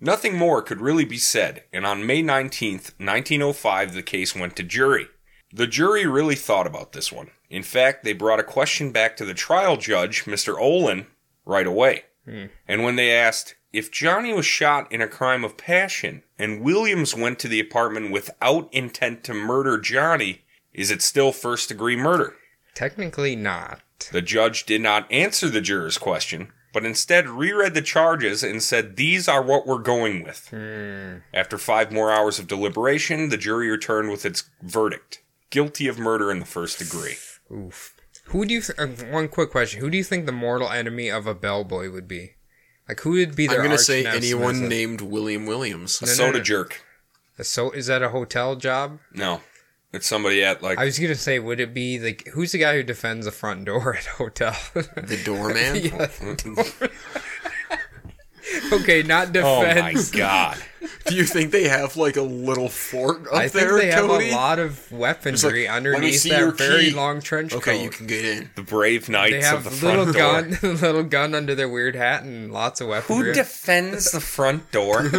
S9: Nothing more could really be said, and on May 19th, 1905, the case went to jury. The jury really thought about this one. In fact, they brought a question back to the trial judge, Mr. Olin, right away.
S8: Hmm.
S9: And when they asked, if Johnny was shot in a crime of passion and Williams went to the apartment without intent to murder Johnny, is it still first degree murder?
S8: Technically not.
S9: The judge did not answer the juror's question, but instead reread the charges and said, These are what we're going with. After five more hours of deliberation, the jury returned with its verdict guilty of murder in the first degree.
S8: Oof. Who do you? Th- uh, one quick question: Who do you think the mortal enemy of a bellboy would be? Like who would be
S10: I'm
S8: their?
S10: going to say
S8: arch-nemesis?
S10: anyone named William Williams.
S9: A
S8: no,
S9: soda
S8: no.
S9: jerk.
S8: So is that a hotel job?
S9: No. It's somebody at like.
S8: I [LAUGHS] was gonna say, would it be like who's the guy who defends the front door [LAUGHS] at a hotel?
S10: The doorman?
S8: okay, not
S9: [LAUGHS] oh my
S8: defense.
S9: god.
S10: Do you think they have like a little fort up
S8: I think
S10: there,
S8: they have
S10: Cody?
S8: a lot of weaponry
S10: "Let me
S8: underneath
S10: see your
S8: that very
S10: key."
S8: long trench coat.
S10: Okay, you can get in.
S9: The brave
S8: They
S9: knights
S8: have
S9: of the front
S8: little
S9: door.
S8: gun, [LAUGHS] little gun under their weird hat, and lots of weaponry. [LAUGHS]
S9: Who defends the front door?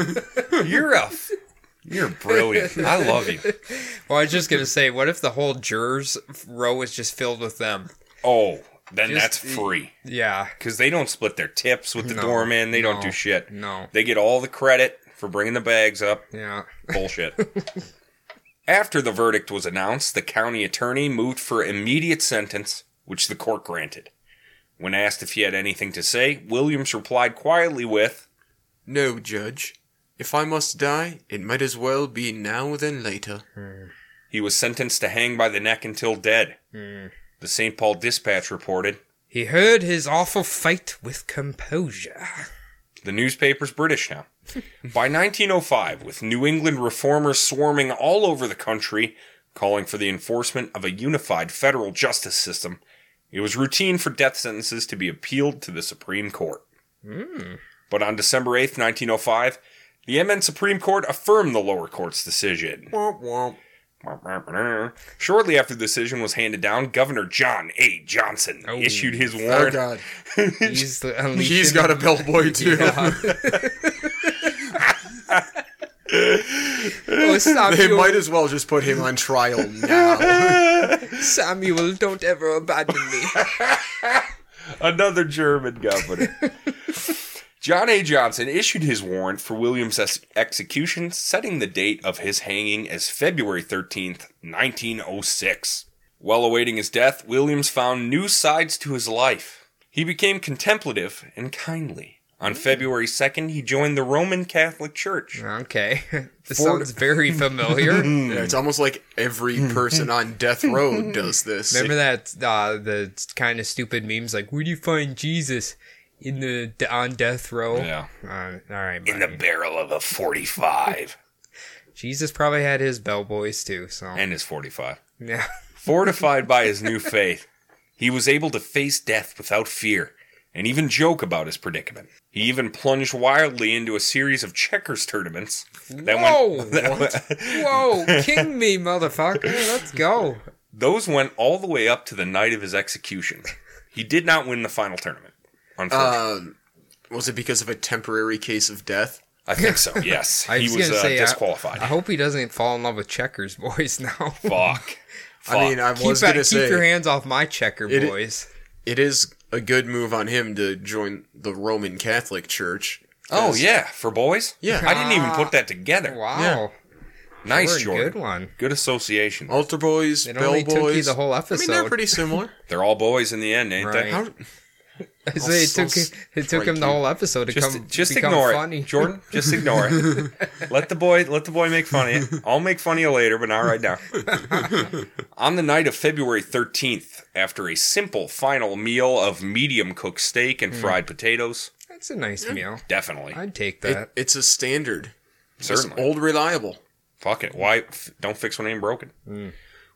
S9: You're a. F- you're brilliant. I love you.
S8: well, I was just gonna say, what if the whole jurors row is just filled with them?
S9: Oh, then
S8: Just-
S9: that's free.
S8: Yeah,
S9: because they don't split their tips with the
S8: No,
S9: doorman. They don't
S8: no,
S9: do shit.
S8: no.
S9: They get all the credit for bringing the bags up.
S8: yeah.
S10: [LAUGHS]
S9: Bullshit. After the verdict was announced, the county attorney moved for immediate sentence, which the court granted. When asked if he had anything to say, Williams replied quietly with,
S10: No, Judge. If I must die, it might as well be now than later.
S9: He was sentenced to hang by the neck until dead.
S10: Hmm.
S9: The St. Paul Dispatch reported.
S8: He heard his awful fate with composure.
S10: [LAUGHS]
S9: The newspaper's British now. By 1905, with New England reformers swarming all over the country, calling for the enforcement of a unified federal justice system, it was routine for death sentences to be appealed to the Supreme Court. But on December 8th, 1905, the MN Supreme Court affirmed the lower court's decision.
S10: Womp womp.
S9: Shortly after the decision was handed down, Governor John A. Johnson
S8: Oh.
S9: issued his
S10: Oh,
S9: warrant.
S10: God.
S8: He's unleashing
S10: He's got a [LAUGHS] bellboy, too.
S8: Yeah. well, No,
S10: They
S8: Oh, Samuel.
S10: might as well just put him on trial now.
S8: Samuel, don't ever abandon me.
S9: Another German governor. [LAUGHS] John A. Johnson issued his warrant for William's ex- execution, setting the date of his hanging as February 13th, 1906. While awaiting his death, Williams found new sides to his life. He became contemplative and kindly. On
S10: Hmm.
S9: February 2nd, he joined the Roman Catholic Church.
S8: Okay. [LAUGHS] This
S9: Ford-
S8: sounds [LAUGHS] very familiar.
S10: Hmm. Yeah, it's almost like every
S9: Hmm.
S10: person on death row
S9: [LAUGHS]
S10: does this.
S8: Remember that uh, the kind of stupid memes like, "Where do you find Jesus in the d- on death row?"
S9: Yeah.
S8: Uh, all right.
S9: In the
S8: Barney.
S9: barrel of a 45.
S8: Jesus probably had his bellboys too. So
S9: and his 45.
S8: [LAUGHS] yeah.
S9: Fortified by his new faith, he was able to face death without fear and even joke about his predicament. He even plunged wildly into a series of checkers tournaments that
S8: Whoa!
S9: went, [LAUGHS] that went-
S8: [LAUGHS] Whoa! King me, motherfucker. Let's go.
S9: those went all the way up to the night of his execution. He did not win the final tournament. Unfortunately,
S8: Uh,
S10: Um, was it because of a temporary case of death?
S9: I
S8: [LAUGHS]
S9: think so. Yes,
S8: I
S9: he
S8: was
S9: was
S8: gonna
S9: uh,
S8: say, I-
S9: disqualified.
S8: I hope he doesn't fall in love with checkers, [LAUGHS] boys. Now.
S9: Fuck. Fuck.
S10: I mean, I
S8: Keep,
S10: was
S8: that,
S10: gonna
S8: keep
S10: say
S8: your hands off my checker,
S10: It-
S8: boys.
S10: it is a good move on him to join the Roman Catholic Church.
S9: oh yeah, for boys.
S10: Yeah.
S9: I didn't even put that together.
S8: Wow.
S9: Nice,
S8: Jordan,
S9: Jordan.
S8: Good one.
S9: Good association.
S10: Altar boys,
S8: It
S10: bell
S8: only
S10: boys.
S8: took you the whole
S10: I mean,
S8: episode.
S10: they're pretty similar.
S9: They're all boys in the end, ain't they?
S8: Right.
S10: How,
S8: [LAUGHS] So it
S10: I'll-
S8: took
S10: I'll
S8: it took him
S10: strike you.
S8: the whole episode to
S9: just
S8: come
S9: just
S8: become
S9: ignore
S8: funny.
S9: it, Jordan. [LAUGHS] Just ignore it. let the boy let the boy make fun of you. I'll make fun of you later, but not right now. [LAUGHS] On the night of February thirteenth, after a simple final meal of medium cooked steak and fried potatoes,
S8: [LAUGHS] That's a nice meal.
S9: definitely,
S8: I'd take
S10: it-
S8: that.
S10: it's a standard. It's
S9: certainly,
S10: old reliable.
S9: fuck it. Why f- don't fix what ain't broken?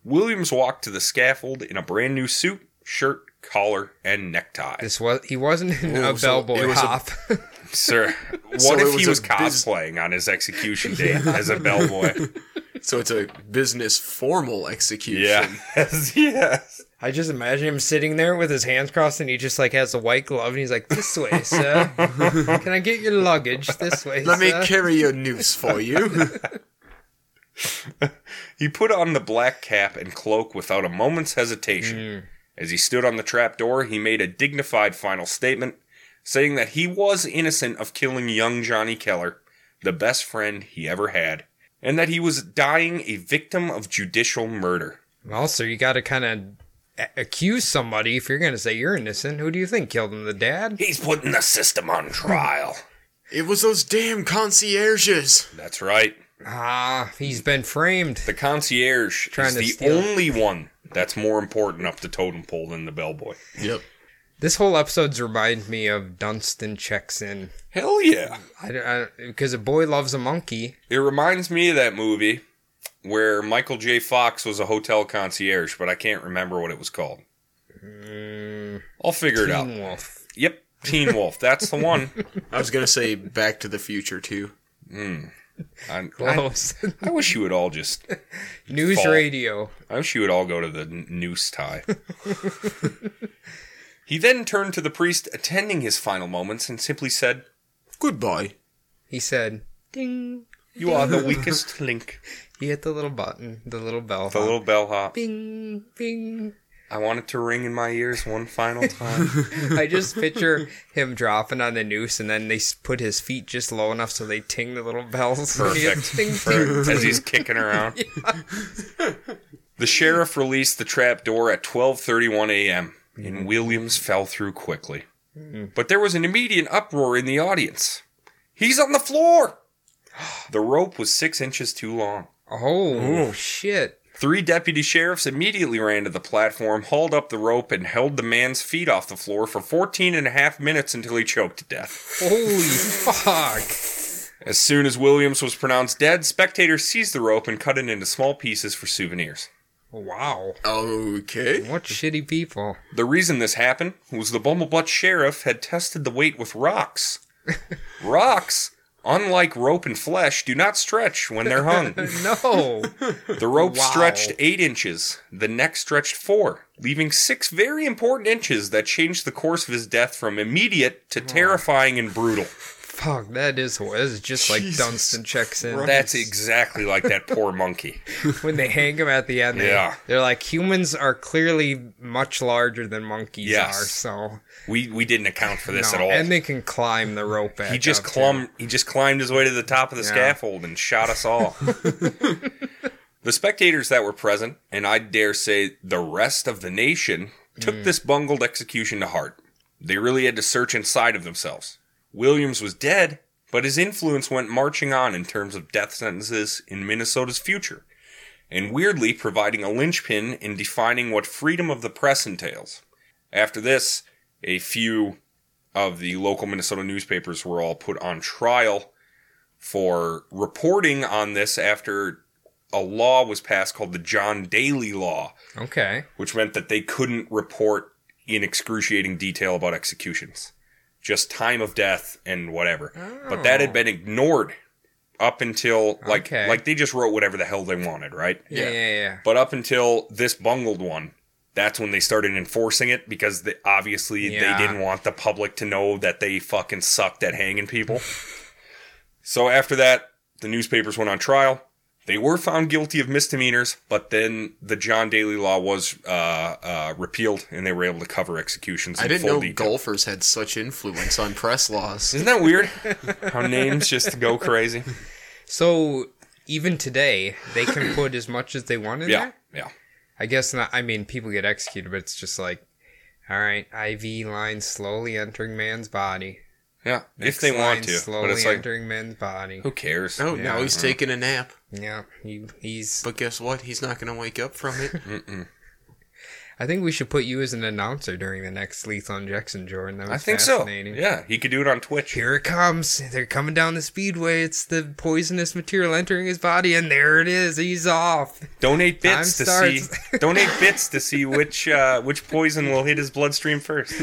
S9: Williams walked to the scaffold in a brand new suit, shirt, collar, and necktie. [LAUGHS]
S8: this was he wasn't in a
S10: Ooh, so
S8: bellboy
S10: it was a-
S8: hop. [LAUGHS]
S9: Sir, what
S10: So it
S9: if
S10: was
S9: he
S10: a
S9: was
S10: bus-
S9: cosplaying on his [LAUGHS] execution day as a bellboy? [LAUGHS]
S10: So it's a business formal execution.
S9: Yeah. yes. [LAUGHS]
S8: I just imagine him sitting there with his hands crossed, and he just like has a white glove, and he's like, "This [LAUGHS] way, sir. Can I get your luggage? This way,
S10: Let me
S8: sir."
S10: carry your noose for you.
S9: He put on the black cap and cloak without a moment's hesitation.
S8: Mm.
S9: As he stood on the trapdoor, he made a dignified final statement, saying that he was innocent of killing young Johnny Keller, the best friend he ever had, and that he was dying a victim of judicial murder.
S8: also, you got to kind of accuse somebody if you're going to say you're innocent. Who do you think killed him? The dad?
S9: He's putting the system on trial.
S10: it was those damn concierges.
S9: That's right.
S8: Ah, he's been framed.
S9: The concierge
S8: Trying
S9: is
S8: to
S9: the
S8: steal.
S9: only one that's more important up the totem pole than the bellboy.
S10: Yep.
S8: This whole episode's reminds me of Dunstan checks in.
S9: Hell yeah.
S8: I don't because a boy loves a monkey.
S9: It reminds me of that movie where Michael J. Fox was a hotel concierge, but I can't remember what it was called. I'll figure it
S8: Mm.
S9: out.
S8: Teen
S9: [LAUGHS]
S8: Wolf.
S9: Yep, Teen Wolf. That's the
S8: [LAUGHS]
S9: one.
S10: I was gonna say Back to the Future too.
S9: I, I,
S8: Close.
S9: I wish you would all just.
S8: [LAUGHS] News
S9: Fall.
S8: radio.
S9: I wish you would all go to the n-
S8: [LAUGHS]
S9: noose tie. he then turned to the priest attending his final moments and simply said,
S10: Goodbye.
S8: He said, "Ding."
S9: "You
S8: [LAUGHS]
S9: are the weakest link."
S8: He hit the little button, the little bell.
S9: The little bellhop.
S8: bing, bing.
S9: I want it to ring in my ears one final time.
S8: I just picture him dropping on the noose, and then they s- put his feet just low enough so they ting the little bells. [LAUGHS]
S9: Perfect.
S8: Ding,
S9: for- [LAUGHS] as he's kicking around. The sheriff released the trap door at 12:31 a.m. and Williams fell through quickly. But there was an immediate uproar in the audience. He's on the floor. [GASPS] The rope was 6 inches too long.
S8: Oh shit!
S9: Three deputy sheriffs immediately ran to the platform, hauled up the rope, and held the man's feet off the floor for 14 and a half minutes until he choked to death.
S8: Holy fuck!
S9: As soon as Williams was pronounced dead, spectators seized the rope and cut it into small pieces for souvenirs.
S8: Wow!
S10: Okay.
S8: What shitty people!
S9: The reason this happened was the Bumblebutt sheriff had tested the weight
S8: [LAUGHS]
S9: with rocks. rocks, unlike rope and flesh, do not stretch when they're hung.
S8: [LAUGHS]
S9: [LAUGHS]
S8: No,
S9: The rope
S8: Wow.
S9: stretched eight inches, the neck stretched four, leaving six very important inches that changed the course of his death from immediate to terrifying and brutal.
S8: Fuck, that is hor- This is just like
S10: Jesus
S8: Dunstan checks in.
S9: That's exactly like that poor monkey.
S8: when they hang him at the end. They,
S9: Yeah.
S8: They're like, humans are clearly much larger than monkeys
S9: Yes.
S8: are, so.
S9: We we didn't account for this
S8: no.
S9: at all.
S8: And they can climb the rope back
S9: he just
S8: up, too.
S9: clumb he just climbed his way to the top of the
S8: Yeah.
S9: scaffold and shot us
S8: [LAUGHS]
S9: all. the spectators that were present, and I dare say the rest of the nation, took
S8: Mm.
S9: this bungled execution to heart. They really had to search inside of themselves. Williams was dead, but his influence went marching on in terms of death sentences in Minnesota's future, and weirdly providing a linchpin in defining what freedom of the press entails. After this, a few of the local Minnesota newspapers were all put on trial for reporting on this after a law was passed called the John Daly Law,
S8: Okay.
S9: which meant that they couldn't report in excruciating detail about executions, just time of death and whatever. But that had been ignored up until like
S8: Oh. Okay.
S9: like they just wrote whatever the hell they wanted, right?
S8: Yeah, yeah, yeah.
S9: But up until this bungled one, that's when they started enforcing it because they, obviously
S8: Yeah.
S9: they didn't want the public to know that they fucking sucked at hanging people. so after that, the newspapers went on trial. They were found guilty of misdemeanors, but then the John Daly law was uh, uh, repealed, and they were able to cover executions. In
S10: I didn't
S9: full
S10: know
S9: detail.
S10: golfers had such influence on press laws.
S9: Isn't that weird?
S8: [LAUGHS]
S9: How names just go crazy.
S8: So, even today, they
S9: [CLEARS THROAT]
S8: can put as much as they want in
S9: Yeah,
S8: there?
S9: yeah.
S8: I guess not. I mean, people get executed, but it's just like, all right, IV line slowly entering man's body.
S9: Yeah, if
S8: Next
S9: they
S8: line
S9: want to,
S8: slowly
S9: but it's like,
S8: entering man's body.
S9: who cares?
S10: Oh,
S8: Yeah.
S10: now he's taking a nap.
S8: Yeah, he, he's.
S10: But guess what? He's not going to wake up from it.
S8: I think we should put you as an announcer during the next Lethal Injection, Jordan. That was
S9: I think so.
S8: fascinating.
S9: Yeah, he could do it on Twitch.
S8: Here it comes. They're coming down the speedway. It's the poisonous material entering his body, and there it is. He's off.
S9: Donate bits
S8: Time
S9: to see.
S8: starts. [LAUGHS]
S9: [LAUGHS] donate bits to see which uh, which poison will hit his
S8: [LAUGHS]
S9: bloodstream first.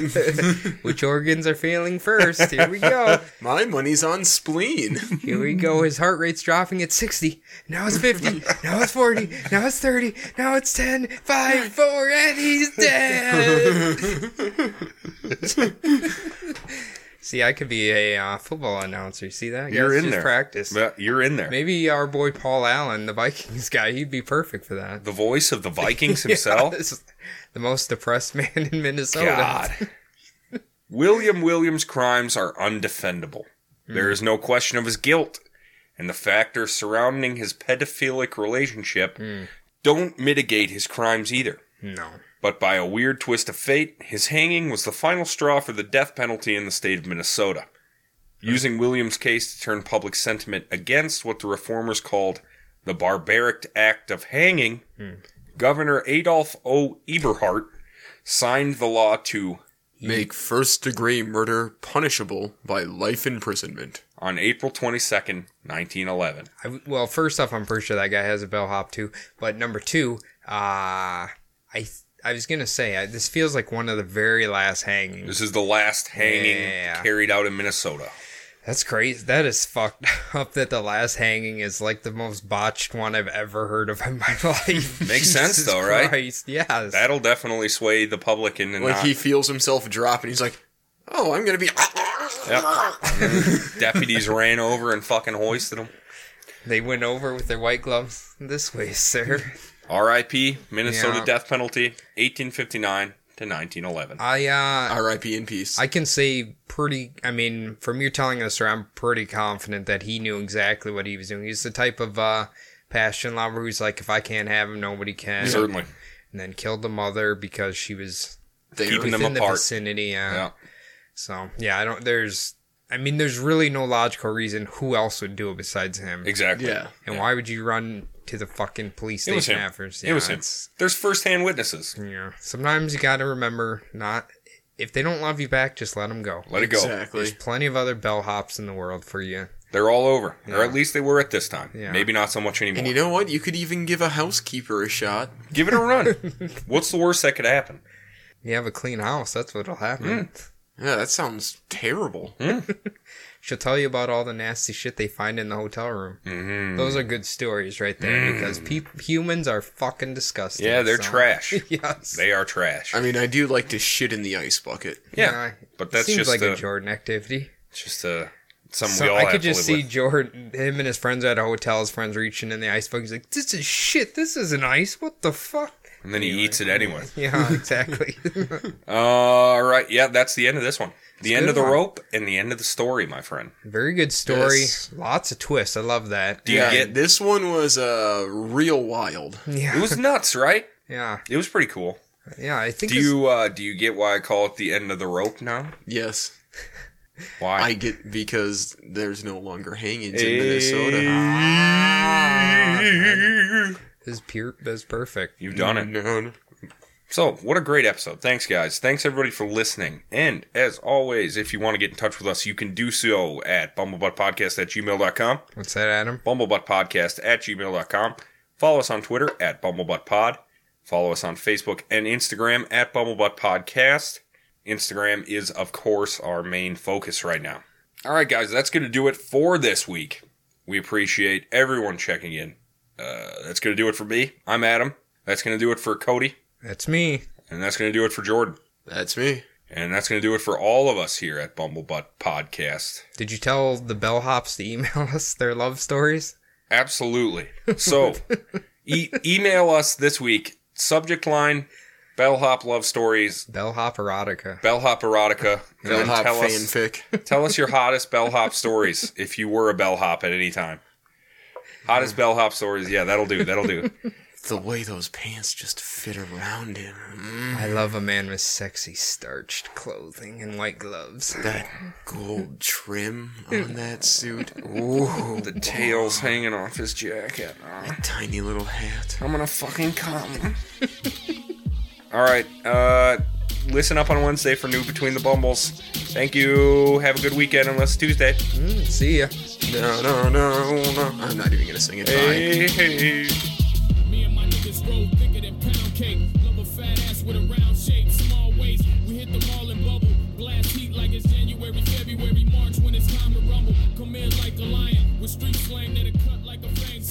S8: Which organs are failing first? Here we go.
S10: My money's on spleen.
S8: Here we go. His heart rate's dropping at 60. Now it's 50. Now it's 40. Now it's 30. Now it's 10, 5, 4, and he's dead. [LAUGHS] See, I could be a uh, football announcer. See that?
S9: You're
S8: Guys,
S9: in
S8: just
S9: there.
S8: practice.
S9: Yeah, You're in there.
S8: Maybe our boy Paul Allen, the Vikings guy, he'd be perfect for that.
S9: The voice of
S8: [LAUGHS]
S9: the Vikings himself.
S8: This is the most depressed [LAUGHS] man in Minnesota.
S9: God.
S8: [LAUGHS]
S9: William Williams' crimes are undefendable. There is no question of his guilt, and the factors surrounding his pedophilic relationship don't mitigate his crimes either.
S8: No.
S9: But by a weird twist of fate, his hanging was the final straw for the death penalty in the state of Minnesota, using Williams' case to turn public sentiment against what the reformers called the barbaric act of hanging.
S8: Hmm.
S9: Governor Adolf O. Eberhard signed the law to
S10: Make first degree murder punishable by life imprisonment.
S9: on April 22nd, 1911.
S8: I w well, first off, I'm pretty sure that guy has a bellhop too. But number two, uh, I th- I was gonna say I, this feels like one of the very last hangings.
S9: This is the last hanging
S8: Yeah.
S9: carried out in Minnesota.
S8: That's crazy. That is fucked [LAUGHS] up. That the last hanging is like the most botched one I've ever heard of in my [LAUGHS] life.
S9: [LAUGHS] Makes sense though, right?
S8: Christ, Yes.
S9: That'll definitely sway the public in and
S10: Like
S9: not-
S10: he feels himself drop and he's like, oh, I'm going to be.
S9: [LAUGHS] deputies ran over and fucking hoisted him.
S8: they went over with their white gloves this way,
S9: [LAUGHS]
S8: sir.
S9: R.I.P. Minnesota
S8: Yeah.
S9: death penalty, 1859 to 1911.
S8: I uh,
S10: R.I.P. in peace.
S8: I can say pretty. I mean, from you telling us, sir, I'm pretty confident that he knew exactly what he was doing. He's the type of uh, passion lover who's like, if I can't have him, nobody can.
S9: Certainly.
S8: And then killed the mother because she was
S10: There.
S9: keeping them
S8: within the
S9: apart.
S8: vicinity. Uh,
S9: Yeah.
S8: So yeah, I don't. There's. I mean, there's really no logical reason who else would do it besides him.
S9: Exactly.
S10: Yeah.
S8: And why would you run to the fucking police
S9: It was
S8: station
S9: him.
S8: after?
S9: it was him.
S8: it's-
S9: There's first-hand witnesses.
S8: Yeah. Sometimes you got to remember not. If they don't love you back, just let them go.
S9: Let it go.
S10: Exactly.
S8: There's plenty of other bellhops in the world for you.
S9: They're all over, or at least they were at this time.
S8: Yeah.
S9: Maybe not so much anymore.
S10: And you know what? You could even give a housekeeper a shot.
S9: Give it a
S8: [LAUGHS]
S9: run. What's the worst that could happen?
S8: You have a clean house, that's what'll
S9: Hmm.
S8: happen.
S10: Yeah, that sounds terrible.
S8: She'll tell you about all the nasty shit they find in the hotel room.
S9: Hmm.
S8: Mm-hmm. Those are good stories right there because peop humans are fucking disgusting.
S9: Yeah, they're
S8: so-
S9: trash.
S8: [LAUGHS] yes.
S9: They are trash.
S10: I mean, I do like to shit in the ice bucket.
S9: yeah, but that's
S8: seems
S9: just
S8: like
S9: a,
S8: a Jordan activity.
S9: just a Some
S8: So
S9: we all
S8: I
S9: have
S8: could
S9: to
S8: just
S9: live
S8: see
S9: with.
S8: Jordan, him and his friends are at a hotel. His friends reaching in the ice bucket. He's like, "This is shit. This isn't ice. What the fuck?"
S9: And then he eats it anyway. [LAUGHS]
S8: Yeah, exactly. [LAUGHS]
S9: All right. Yeah, that's the end of this one. The
S8: a
S9: end
S8: good
S9: of the
S8: one.
S9: rope and the end of the story, my friend.
S8: Very good story.
S10: Yes.
S8: Lots of twists. I love that.
S9: Do you
S10: yeah,
S9: get
S10: this one was uh real wild.
S9: it was nuts, right?
S8: Yeah,
S9: It was pretty cool.
S8: yeah. I think
S9: Do
S8: it's-
S9: you uh, do you get why I call it the end of the rope now?
S10: Yes,
S9: Why?
S10: I get because there's no longer hangings in Minnesota.
S9: Eh. Minnesota.
S8: this is pure. This is perfect.
S9: You've done it.
S10: No,
S9: So, what a great episode. Thanks, guys. Thanks, everybody, for listening. And as always, if you want to get in touch with us, you can do so at bumblebuttpodcast at gmail.com,
S8: What's that, Adam?
S9: bumblebuttpodcast at gmail.com. Follow us on Twitter at bumblebuttpod. Follow us on Facebook and Instagram at bumblebuttpodcast. Instagram is, of course, our main focus right now. All right, guys, that's going to do it for this week. We appreciate everyone checking in. Uh, that's going to do it for me. I'm Adam. That's going to do it for Cody.
S8: That's me.
S9: And that's going to do it for Jordan.
S10: that's me.
S9: And that's going to do it for all of us here at Bumblebutt Podcast.
S8: Did you tell the bellhops to email [LAUGHS] us their love stories?
S10: [LAUGHS]
S9: Absolutely. So, e- email us this week. Subject line Bellhop Love Stories,
S8: Bellhop erotica.
S9: Bellhop Erotica. and then
S10: Bellhop
S9: tell us-
S10: fanfic.
S9: Tell us your hottest bellhop stories [LAUGHS] if you were a bellhop at any time. Hottest bellhop stories. Yeah, that'll do. That'll do.
S10: the way those pants just fit around him. Mm,
S8: [LAUGHS] I love a man with sexy starched clothing and white gloves.
S10: that gold trim on that suit. Ooh,
S9: The tail's hanging off his jacket. Oh,
S10: tiny little hat.
S9: I'm gonna fucking come. All right. Uh, listen up on Wednesday for new Between the Bumbles. Thank you. Have a good weekend unless Tuesday.
S8: Mm, see ya.
S10: No, no, no, no. I'm not even gonna sing it. Bye.
S9: Hey, hey.
S11: Me and my niggas roll thicker than pound cake. Love a fat ass with a round shape, small waist. We hit the mall and bubble. Blast heat like it's January, February, March when it's time to rumble. Come in like a lion with street slang that'll cut like a fang.